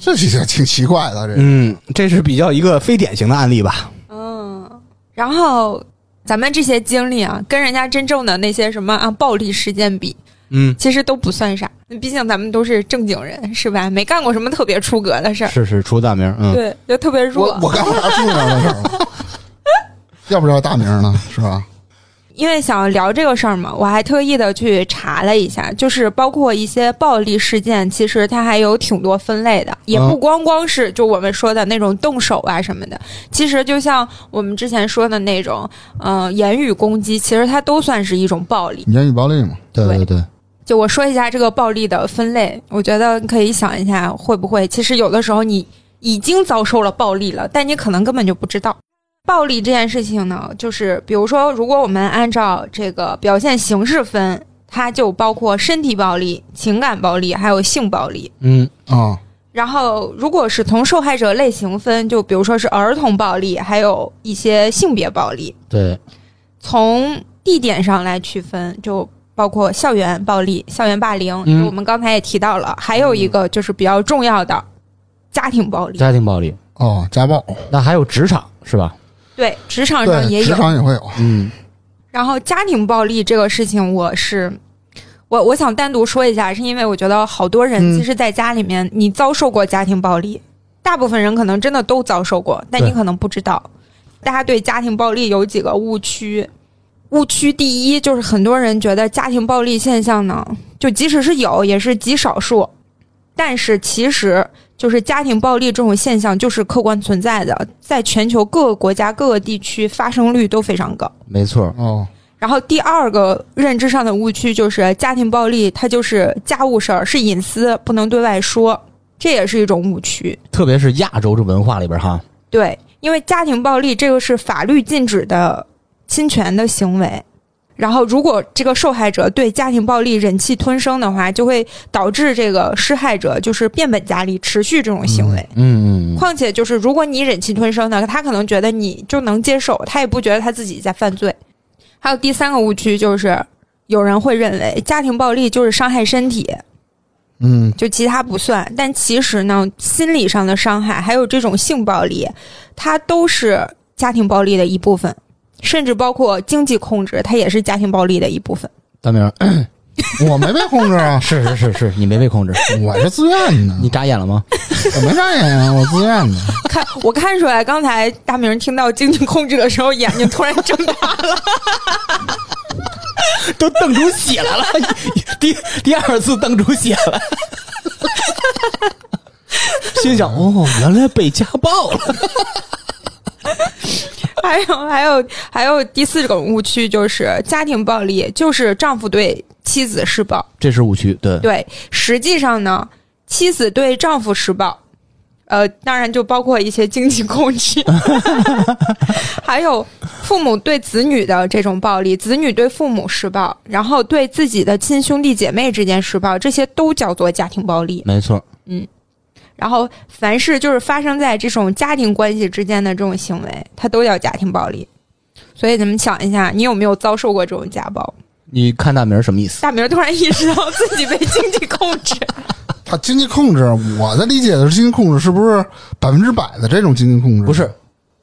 S1: 这是挺挺奇怪的，这个
S3: 嗯，这是比较一个非典型的案例吧。
S2: 嗯，然后咱们这些经历啊，跟人家真正的那些什么啊暴力事件比，
S3: 嗯，
S2: 其实都不算啥。毕竟咱们都是正经人，是吧？没干过什么特别出格的事儿，
S3: 是是，出大名。嗯，
S2: 对，就特别弱
S1: 我。我干嘛出那样的事儿了？要不叫大名呢，是吧？
S2: 因为想聊这个事儿嘛，我还特意的去查了一下，就是包括一些暴力事件，其实它还有挺多分类的，也不光光是就我们说的那种动手啊什么的。其实就像我们之前说的那种，嗯、呃，言语攻击，其实它都算是一种暴力。
S1: 言语暴力嘛，
S3: 对
S2: 对
S3: 对对，
S2: 就我说一下这个暴力的分类，我觉得你可以想一下，会不会其实有的时候你已经遭受了暴力了，但你可能根本就不知道。暴力这件事情呢，就是比如说，如果我们按照这个表现形式分，它就包括身体暴力、情感暴力，还有性暴力。
S3: 嗯
S1: 啊，
S2: 然后，如果是从受害者类型分，就比如说是儿童暴力，还有一些性别暴力。
S3: 对，
S2: 从地点上来区分，就包括校园暴力、校园霸凌，
S3: 嗯
S2: 就我们刚才也提到了，还有一个就是比较重要的家庭暴力，
S3: 家庭暴力，
S1: 哦，家暴，
S3: 那还有职场是吧？
S2: 对，职场上
S1: 对，
S2: 也
S1: 职
S2: 有。
S1: 场也会有，
S3: 嗯
S2: 然后家庭暴力这个事情，我是。我我想单独说一下，是因为我觉得好多人
S1: 嗯
S2: 其实，在家里面你遭受过家庭暴力，大部分人可能真的都遭受过，但你
S3: 对
S2: 可能不知道。大家对家庭暴力有几个误区？误区第一就是很多人觉得家庭暴力现象呢，就即使是有，也是极少数。但是其实就是家庭暴力这种现象就是客观存在的，在全球各个国家、各个地区发生率都非常高。
S3: 没错，
S1: 哦，
S2: 然后第二个认知上的误区就是家庭暴力，它就是家务事儿，是隐私，不能对外说，这也是一种误区。
S3: 特别是亚洲这文化里边哈，
S2: 对，因为家庭暴力这个是法律禁止的侵权的行为。然后，如果这个受害者对家庭暴力忍气吞声的话，就会导致这个施害者就是变本加厉，持续这种行为。
S3: 嗯嗯嗯，
S2: 况且，就是如果你忍气吞声的，他可能觉得你就能接受，他也不觉得他自己在犯罪。还有第三个误区就是，有人会认为家庭暴力就是伤害身体，
S1: 嗯，
S2: 就其他不算。但其实呢，心理上的伤害还有这种性暴力，它都是家庭暴力的一部分，甚至包括经济控制，它也是家庭暴力的一部分。
S3: 大明儿，
S1: 我没被控制啊，
S3: 是是是是，你没被控 制，
S1: 我是自愿的，
S3: 你眨眼了吗？
S1: 我没眨眼啊，我自愿的，
S2: 看，我看出来，刚才大明听到经济控制的时候，眼睛突然睁大了。
S3: 都瞪出血来了， 第第二次瞪出血 了，心想哦，原来被家暴了。
S2: 还有还有还有第四种误区就是家庭暴力，就是丈夫对妻子施暴。
S3: 这是误区，对
S2: 对，实际上呢，妻子对丈夫施暴，呃，当然就包括一些经济控制，还有父母对子女的这种暴力，子女对父母施暴，然后对自己的亲兄弟姐妹之间施暴，这些都叫做家庭暴力。
S3: 没错，
S2: 然后，凡是就是发生在这种家庭关系之间的这种行为，它都叫家庭暴力。所以你们想一下，你有没有遭受过这种家暴？
S3: 你看大明儿什么意思？
S2: 大明儿突然意识到自己被经济控 制，
S1: 他经济控制，我的理解的是经济控制是不是百分之百的这种经济控制？
S3: 不，是，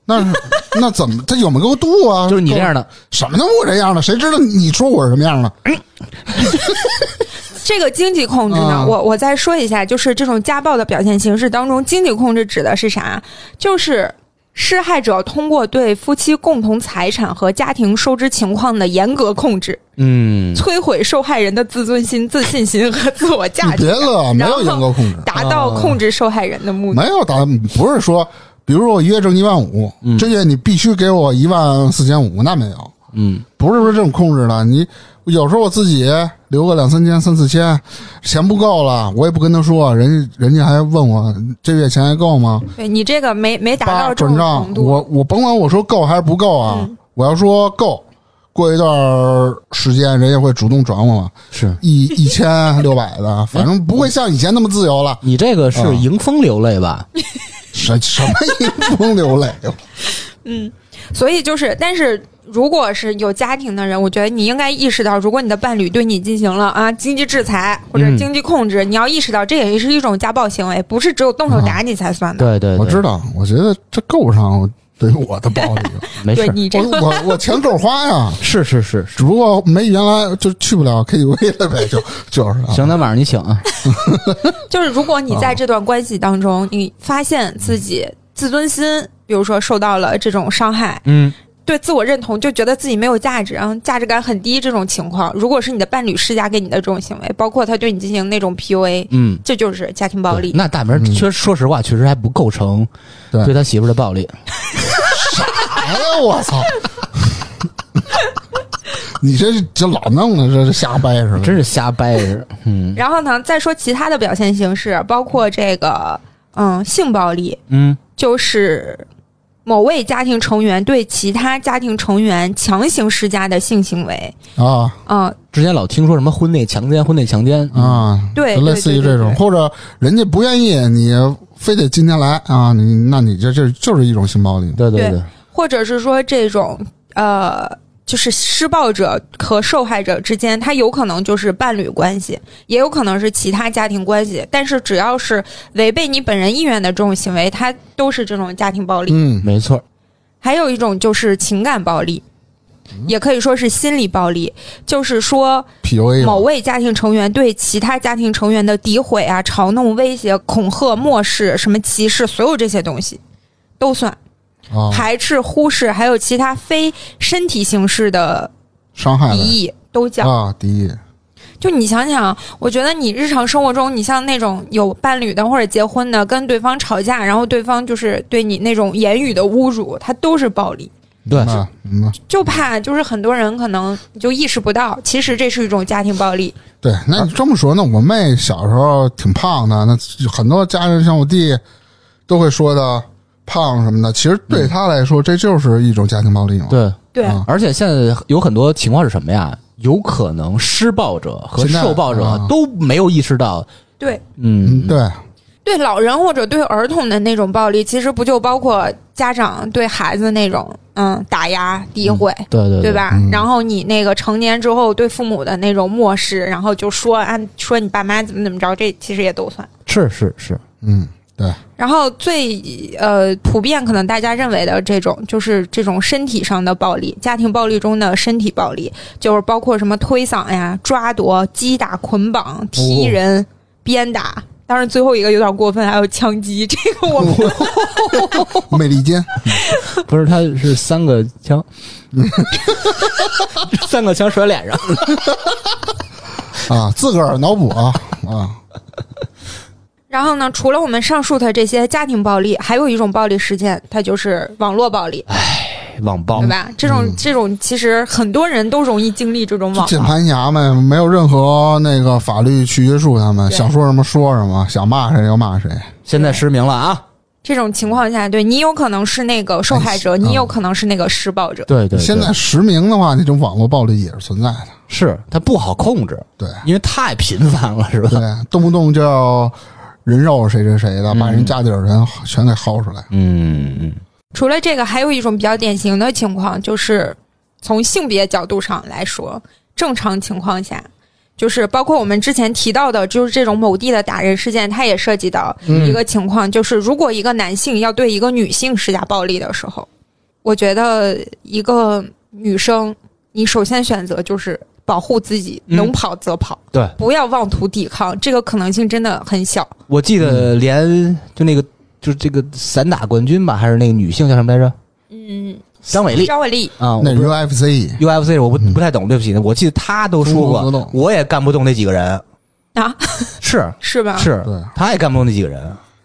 S1: 那是那怎么他有没有给我度啊？
S3: 就是你这样的，
S1: 什么叫我这样的？谁知道你说我是什么样的？
S2: 这个经济控制呢，
S1: 嗯
S2: 我我再说一下，就是这种家暴的表现形式当中，经济控制指的是啥？就是施害者通过对夫妻共同财产和家庭收支情况的严格控制，
S3: 嗯，
S2: 摧毁受害人的自尊心、自信心和自我价
S1: 你
S2: 值
S1: 别，乐，没
S2: 然后
S1: 有严格控制，
S2: 达到控制受害人的目的。
S1: 没有打，不是说，比如说我一月挣一万五，这月你必须给我一万四千五，那没有，
S3: 嗯，
S1: 不是说这种控制的。你有时候我自己留个两三千、三四千，钱不够了，我也不跟他说，人家人家还问我这月钱还够吗？
S2: 对你这个没没达
S1: 八
S2: 到这
S1: 转
S2: 种
S1: 账
S2: 程，度，嗯
S1: 我我甭管我说够还是不够啊，我要说够，过一段时间人家会主动转我嘛，
S3: 是
S1: 一一千六百的，反正不会像以前那么自由了。
S3: 你这个是
S1: 嗯
S3: 迎风流泪吧？
S1: 什什么迎风流 泪？啊
S2: 所以就是，但是如果是有家庭的人，我觉得你应该意识到，如果你的伴侣对你进行了啊经济制裁或者
S3: 嗯
S2: 经济控制，你要意识到这也是一种家暴行为，不是只有动手打你才算的。
S3: 对对，
S1: 我
S3: 对
S1: 知道，我觉得这够不上对于我的暴力。
S3: 没
S2: 对
S3: 事，
S2: 你这
S1: 我
S2: 个
S1: 我我钱够花呀，
S3: 是是是，是
S1: 只不过没原来就去不了 KTV 了呗，就就是啊。
S3: 行，那晚上你请啊。
S2: 就是，如果你在这段关系当中，你发现自己自尊心，比如说受到了这种伤害，
S3: 嗯，
S2: 对自我认同就觉得自己没有价值，然后价值感很低这种情况，如果是你的伴侣施加给你的这种行为，包括他对你进行那种 PUA，
S3: 嗯，
S2: 这就是家庭暴力。
S3: 那大明确说实话，确实还不构成
S1: 嗯对
S3: 对他媳妇儿的暴力。
S1: 哎呀，我操！ 你这这老弄的，这是瞎掰是吧？
S3: 真是瞎掰 着。嗯
S2: 然后呢，再说其他的表现形式，包括这个嗯性暴力，
S3: 嗯，
S2: 就是某位家庭成员对其他家庭成员强行施加的性行为。
S1: 啊
S2: 嗯，
S3: 之前老听说什么婚内强奸，婚内强奸，
S1: 啊，
S2: 对
S1: 就类似于这种，
S2: 对对对对
S1: 或者人家不愿意，你非得今天来啊，你那你这这就是一种性暴力。
S3: 对对
S2: 对，或者是说这种呃。就是施暴者和受害者之间，他有可能就是伴侣关系，也有可能是其他家庭关系。但是只要是违背你本人意愿的这种行为，它都是这种家庭暴力。
S1: 嗯，
S3: 没错，
S2: 还有一种就是情感暴力，也可以说是心理暴力，就是说
S1: PUA
S2: 某
S1: 嘛
S2: 位家庭成员对其他家庭成员的诋毁啊、嘲弄、威胁、恐吓、漠视、什么歧视，所有这些东西都算
S1: 啊，
S2: 排斥、忽视，还有其他非身体形式的
S1: 伤害
S2: 敌
S1: 了
S2: 意都叫。
S1: 啊，敌意，
S2: 就你想想，我觉得你日常生活中，你像那种有伴侣的或者结婚的，跟对方吵架，然后对方就是对你那种言语的侮辱，它都是暴力。
S3: 对
S1: 啊，嗯呐，
S2: 就怕就是很多人可能你就意识不到，其实这是一种家庭暴力。
S1: 对，那你这么说，那我妹小时候挺胖的，那很多家人像我弟都会说的胖什么的，其实对她来说，这就是一种家庭暴力嘛。
S3: 对，
S2: 嗯对
S1: 啊
S3: 而且现在有很多情况是什么呀？有可能施暴者和
S1: 现在
S3: 受暴者
S1: 啊
S3: 都没有意识到，
S2: 对
S1: 嗯，
S3: 嗯，
S1: 对，
S2: 对，老人或者对儿童的那种暴力，其实不就包括家长对孩子那种嗯打压、诋毁，
S3: 对对
S2: 对？吧？
S1: 嗯
S2: 然后你那个成年之后对父母的那种漠视，然后就说按说你爸妈怎么怎么着，这其实也都算。
S3: 是是是，
S1: 嗯，对，
S2: 然后最呃普遍可能大家认为的这种就是这种身体上的暴力，家庭暴力中的身体暴力，就是包括什么推搡呀、抓夺、击打、捆绑、踢人、鞭打。当然，最后一个有点过分，还有枪击，这个我们 嗯
S1: 魅力肩，
S3: 不是，他是三个 枪，三个枪甩脸上。
S1: 啊，自个儿脑补啊啊，
S2: 然后呢，除了我们上述的这些家庭暴力，还有一种暴力事件，它就是网络暴力，
S3: 网暴
S2: 对吧？这种、这种其实很多人都容易经历这种网啊
S1: 键盘侠们没有任何那个法律去约束他们，
S2: 对
S1: 想说什么说什么，想骂谁就骂谁。
S3: 现在实名了啊！
S2: 这种情况下，对你有可能是那个受害者，你有可能是那个施暴者。
S3: 对对对
S1: 现在实名的话，那种网络暴力也是存在的，
S3: 是他不好控制，
S1: 对
S3: 因为太频繁了，是吧？嗯
S1: 对，动不动就要人肉谁谁谁
S2: 嗯
S1: 的，把人家里的人全给薅出来。
S2: 啊
S3: 嗯嗯，
S2: 除了这个，还有一种比较典型的情况，就是从性别角度上来说，正常情况下，就是包括我们之前提到的，就是这种某地的打人事件，它也涉及到一个情况，就是如果一个男性要对一个女性施加暴力的时候，我觉得一个女生，你首先选择就是保护自己，
S3: 嗯
S2: 能跑则跑，
S3: 对，
S2: 不要妄图抵抗，这个可能性真的很小。
S3: 我记得连就那个就是这个散打冠军吧，还是那个女性叫什么来着？
S2: 嗯，
S3: 张伟丽
S2: 张伟丽，
S3: 啊，
S1: 那嗯
S3: 我不
S1: UFC
S3: UFC 我不不太懂，对不起，我记得他都说
S1: 中国格斗
S3: 过，我也干不动那几个人
S2: 啊，
S3: 是
S2: 是吧？
S3: 是
S1: 对，
S3: 他也干不动那几个人，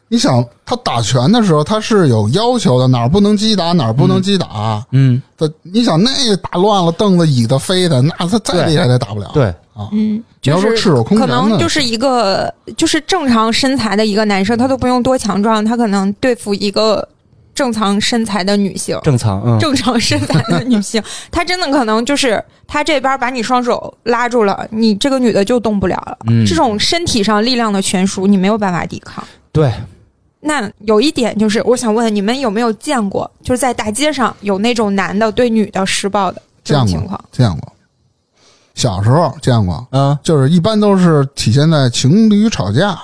S1: 你想他打拳的时候，他是有要求的，哪儿不能击打，哪儿不能击打。
S3: 嗯，
S1: 他、你想那个打乱了，凳子、椅子飞的，那他再厉害他也打不了。，啊
S3: 对，
S2: 嗯，
S1: 你
S2: 就
S1: 要说
S2: 是
S1: 赤手空
S2: 可
S1: 拳呢
S2: 能就是一个就是正常身材的一个男生，他都不用多强壮，他可能对付一个正常身材的女性。
S3: 正常，嗯，
S2: 正常身材的女 性，她真的可能就是她这边把你双手拉住了，你这个女的就动不了了。
S3: 嗯
S2: 这种身体上力量的悬殊，你没有办法抵抗。
S3: 对，
S2: 那有一点就是，我想问你们有没有见过，就是在大街上有那种男的对女的施暴的这
S1: 见
S2: 种
S1: 过
S2: 情况？
S1: 见过，小时候见过，
S3: 嗯，
S1: 就是一般都是体现在情侣吵架。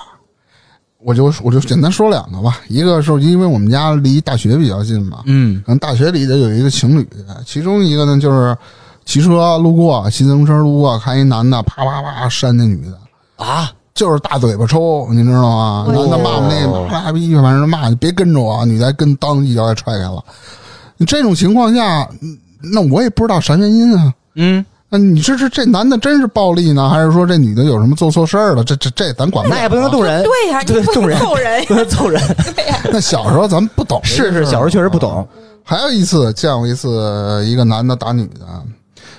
S1: 我就我就简单说两个吧，一个是因为我们家离大学比较近嘛，
S3: 嗯，
S1: 可能大学里头有一个情侣，其中一个呢就是骑车路过，骑自行车路过，看一男的啪啪啪扇那女的，
S3: 啊，
S1: 就是大嘴巴抽，你知道吗？
S2: 哎呦
S1: 男的骂我们那个妈逼，啊反正骂你别跟着我，女的还跟当一脚给踹开了。这种情况下，嗯那我也不知道啥原因啊。
S3: 嗯，
S1: 那你这是这男的真是暴力呢，还是说这女的有什么做错事儿了？这这这咱管不了、啊
S3: 那也不能动人，
S2: 对呀、你
S3: 对
S2: 不
S3: 动
S2: 能
S3: 人
S2: 揍 人，
S3: 不能 揍人。
S2: 对呀、
S1: 那小时候咱们不懂，
S3: 是是，小时候确实不懂。
S1: 啊还有一次见过一次一个男的打女的，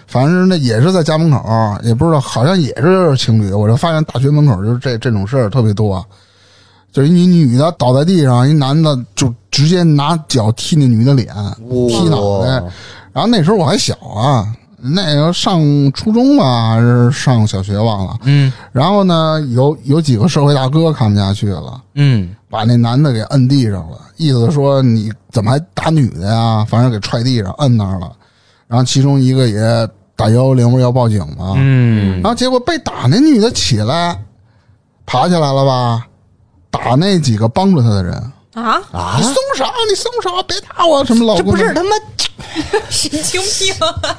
S1: 反正那也是在家门口，也不知道好像也是情侣。我就发现大学门口就是这这种事儿特别多，就是一女的倒在地上，一男的就直接拿脚踢那女的脸，哦踢脑袋。然后那时候我还小啊，那时候上初中吧，还是上小学忘了。
S3: 嗯
S1: 然后呢，有有几个社会大哥看不下去了。
S3: 嗯，
S1: 把那男的给摁地上了，意思说你怎么还打女的呀？反正给踹地上，摁那儿了。然后其中一个也打幺幺零，不是要报警吗？
S3: 嗯
S1: 然后结果被打那女的起来，爬起来了吧，打那几个帮助她的人，
S2: 啊，
S3: 啊
S1: 你，松手，你松手，别打我，什么老
S3: 这
S1: 公
S3: 不
S1: 们
S3: 是他妈，
S2: 神经病！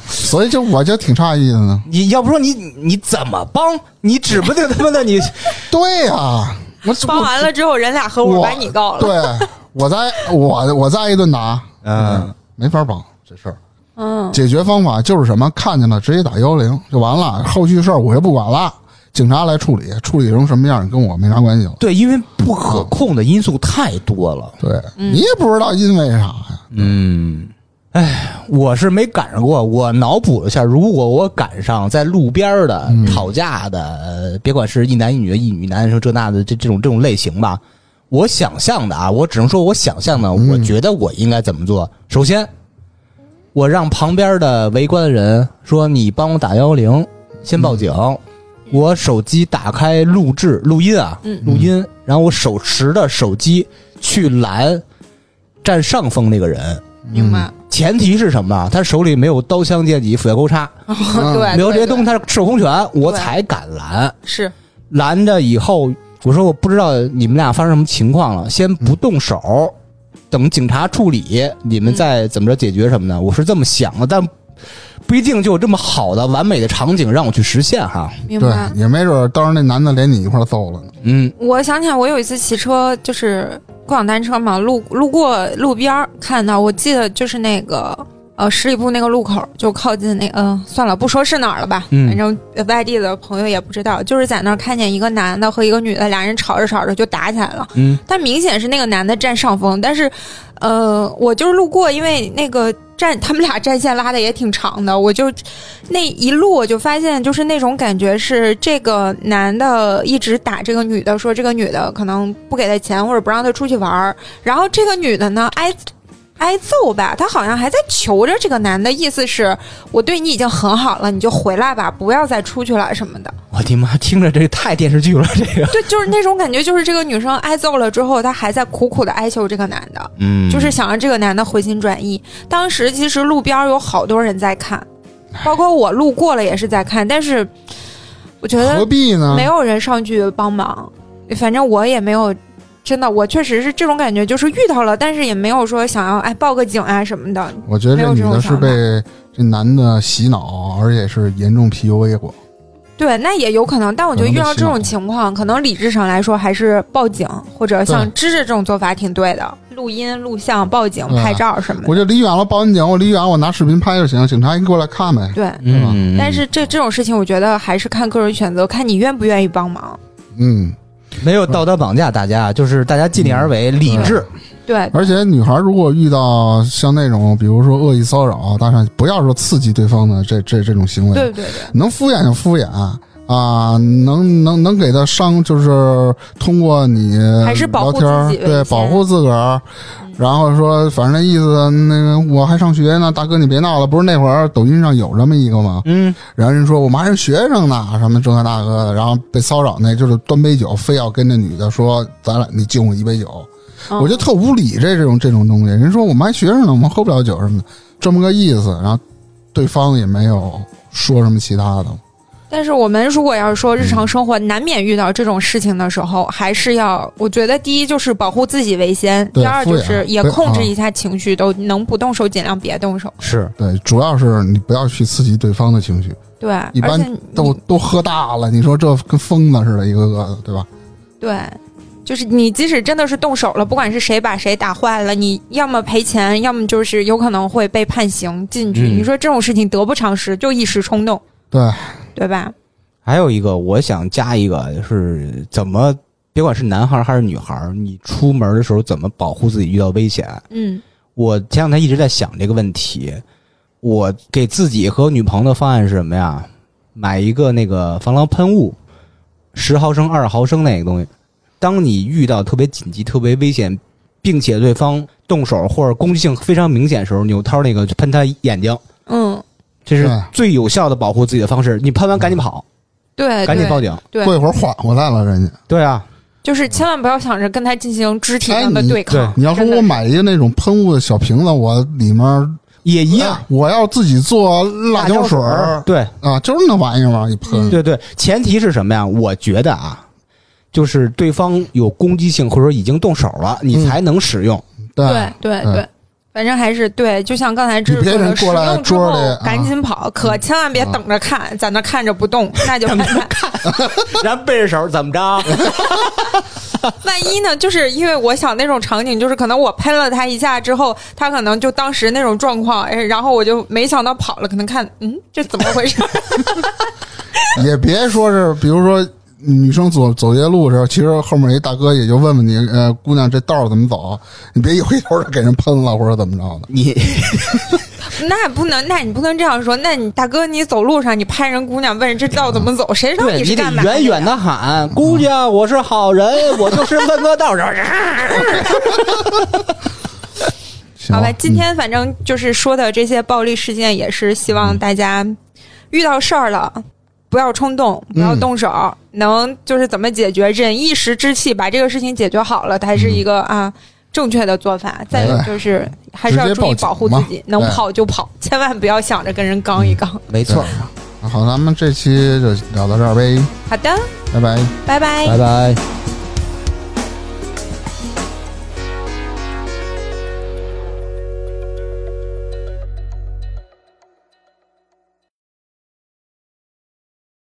S1: 所以就我就挺诧异的呢。
S3: 你要不说你你怎么帮？你指不定他妈的你
S1: 对呀、啊，我
S2: 帮完了之后，人俩合伙
S1: 我
S2: 把你告了。
S1: 对，我再我我再一顿打，
S3: 嗯，
S1: 没法帮这事儿。
S2: 嗯，
S1: 解决方法就是什么？看见了直接打幺零就完了，后续事儿我也不管了，警察来处理，处理成什么样跟我没啥关系了。
S3: 对，因为不可控的因素太多了。
S1: 对、
S2: 嗯
S1: 你也不知道因为啥呀？
S3: 嗯，哎，我是没赶上过，我脑补了一下，如果我赶上在路边儿的、吵架的，呃别管是一男一女、一女一男，说这那的这这种这种类型吧，我想象的啊，我只能说我想象的，我觉得我应该怎么做。首先，我让旁边的围观的人说：“你帮我打幺幺零，先报警。我手机打开录制录音啊，
S2: 嗯
S3: 录音，然后我手持着手机去拦占上风那个人。
S2: 明白。
S1: 嗯
S3: 前提是什么啊？他手里没有刀枪剑戟斧钺钩叉，
S1: 嗯
S2: 对，
S3: 没有这
S2: 对
S3: 些东西，他是手空拳，我
S2: 对
S3: 才敢拦。
S2: 对是
S3: 拦着以后，我说我不知道你们俩发生什么情况了，先不动手，等警察处理，你们再怎么着解决什么的。我是这么想的，但不一定就有这么好的完美的场景让我去实现哈。
S2: 明
S1: 对
S2: 白，。
S1: 也没准儿当时那男的连你一块儿揍了呢。
S3: 嗯
S2: 我想起来，我有一次骑车，就是共享单车嘛，路路过路边儿看到，我记得就是那个呃十里铺那个路口，就靠近那嗯、算了，不说是哪儿了吧，
S3: 嗯
S2: 反正外地的朋友也不知道，就是在那儿看见一个男的和一个女的，俩人吵着吵着就打起来了。
S3: 嗯
S2: 但明显是那个男的占上风，但是，呃，我就是路过，因为那个战他们俩战线拉的也挺长的，我就那一路我就发现，就是那种感觉是这个男的一直打这个女的，说这个女的可能不给他钱或者不让他出去玩儿，然后这个女的呢挨。挨揍吧，她好像还在求着这个男的，意思是我对你已经很好了，你就回来吧，不要再出去了什么的。
S3: 我的妈，听着这太电视剧了，这个。
S2: 对，就是那种感觉，就是这个女生挨揍了之后，她还在苦苦的哀求这个男的，
S3: 嗯
S2: 就是想让这个男的回心转意。当时其实路边有好多人在看，
S1: 哎
S2: 包括我路过了也是在看，但是我觉
S1: 何
S2: 得
S1: 必呢？
S2: 没有人上去帮忙，反正我也没有。真的，我确实是这种感觉，就是遇到了，但是也没有说想要哎报个警啊什么的。
S1: 我觉得这女的是被这男的洗脑，而且是严重 PUA 过。
S2: 对，那也有可能，但我觉得
S1: 可能
S2: 遇
S1: 被
S2: 到这
S1: 洗脑
S2: 种情况，可能理智上来说还是报警或者像
S1: 对
S2: 芝芝这种做法挺对的，录音、录像、报警、
S1: 对
S2: 拍照什么
S1: 我
S2: 的。
S1: 就离远了，报完警我离远，我拿视频拍就行，警察一过来看呗。
S2: 对，
S3: 嗯，
S2: 但是这这种事情，我觉得还是看个人选择，看你愿不愿意帮忙。
S1: 嗯，
S3: 没有道德绑架大家，就是大家尽力而为，理智。
S2: 对，
S1: 而且女孩如果遇到像那种，比如说恶意骚扰，当然不要说刺激对方的这这这种行为，
S2: 对对对，
S1: 能敷衍就敷衍啊，能能能给他伤，就是通过你
S2: 还是
S1: 聊
S2: 保护自己
S1: 天儿，
S2: 为
S1: 对，
S2: 先
S1: 保护自个儿。然后说，反正那意思，那个我还上学呢，大哥你别闹了，不是那会儿抖音上有这么一个吗？
S3: 嗯，
S1: 然后人说我们还是学生呢，什么这个那个的，然后被骚扰那就是端杯酒，非要跟那女的说，咱俩你敬我一杯酒，
S2: 嗯
S1: 我觉得特无理这这种这种东西。人说我们还学生呢，我们喝不了酒什么的，这么个意思。然后对方也没有说什么其他的。
S2: 但是我们如果要是说日常生活难免遇到这种事情的时候，还是要，我觉得第一就是保护自己为先，
S1: 对
S2: 第二就
S1: 敷衍
S2: 是也
S1: 对
S2: 控制
S1: 啊
S2: 一下情绪，都能不动手尽量别动手。
S3: 是
S1: 对，主要是你不要去刺激对方的情绪，
S2: 对，
S1: 一
S2: 而
S1: 般
S2: 且你
S1: 都都喝大了，你说这跟疯子似的，一个个的，对吧？
S2: 对，就是你即使真的是动手了，不管是谁把谁打坏了，你要么赔钱，要么就是有可能会被判刑进去。
S3: 嗯
S2: 你说这种事情得不偿失，就一时冲动，
S1: 对，
S2: 对吧？
S3: 还有一个，我想加一个，是怎么，别管是男孩儿还是女孩儿，你出门的时候怎么保护自己遇到危险？
S2: 嗯
S3: 我前两天一直在想这个问题。我给自己和女朋友的方案是什么呀？买一个那个防狼喷雾，十毫升、二十毫升那个东西。当你遇到特别紧急、特别危险，并且对方动手或者攻击性非常明显的时候，扭头那个喷他眼睛，
S2: 嗯，
S3: 这是
S1: 对
S3: 最有效的保护自己的方式。你喷完赶紧跑，
S2: 对，
S3: 赶紧
S2: 哎对
S3: 报警。
S2: 对
S1: 过一会儿缓过来了，人家。
S3: 对啊，
S2: 就是千万不要想着跟他进行肢体上的
S1: 哎你
S2: 对抗。
S1: 你要说
S2: 真的
S1: 我
S2: 是
S1: 买一个那种喷雾的小瓶子，我里面
S3: 也
S2: 嗯
S3: 一样
S1: 哎。我要自己做辣椒水
S3: 儿
S1: 儿
S3: 对
S1: 啊，就是那玩意儿往一喷。
S2: 嗯
S3: 对对，前提是什么呀？我觉得啊，就是对方有攻击性，或者说已经动手了，你
S1: 嗯
S3: 才能使用。
S1: 对
S2: 对对
S1: 嗯
S2: 对，反正还是对，就像刚才这
S1: 你别人过来
S2: 之
S1: 桌
S2: 后
S1: 里啊
S2: 赶紧跑，可千万别等着看，在那看着不动，
S1: 嗯
S2: 那就看看。
S3: 然后背着手怎么着？
S2: 万一呢？就是因为我想那种场景，就是可能我喷了他一下之后，他可能就当时那种状况，哎，然后我就没想到跑了，可能看，嗯，这怎么回事？
S1: 也别说是，比如说女生走走夜路的时候，其实后面一大哥也就问问你，呃，姑娘这道儿怎么走？啊你别一回头就给人喷了或者怎么着的。
S3: 你
S2: 那不能，那你不能这样说。那你大哥，你走路上你拍人姑娘，问人这道怎么走，谁知道
S3: 对
S2: 是
S3: 你得
S2: 干嘛？
S3: 远远的喊：“姑娘，我是好人，我就是问个道人。
S1: 行
S2: 好吧，
S1: 嗯
S2: 今天反正就是说的这些暴力事件，也是希
S1: 嗯
S2: 望大家遇到事儿了。不要冲动，不要动手，
S1: 嗯
S2: 能就是怎么解决，忍一时之气，把这个事情解决好了，才是一个、啊正确的做法。再有就是，还是要
S1: 嗯直接
S2: 注
S1: 报
S2: 意
S1: 警
S2: 保护自
S1: 嘛
S2: 己，能
S1: 对嗯
S2: 跑就跑，千万不要想着跟人刚一刚。”
S3: 没错，
S2: 哎
S1: 好，咱们这期就聊到这儿呗，
S2: 好的，
S1: 拜拜。
S2: 拜拜
S3: 拜拜。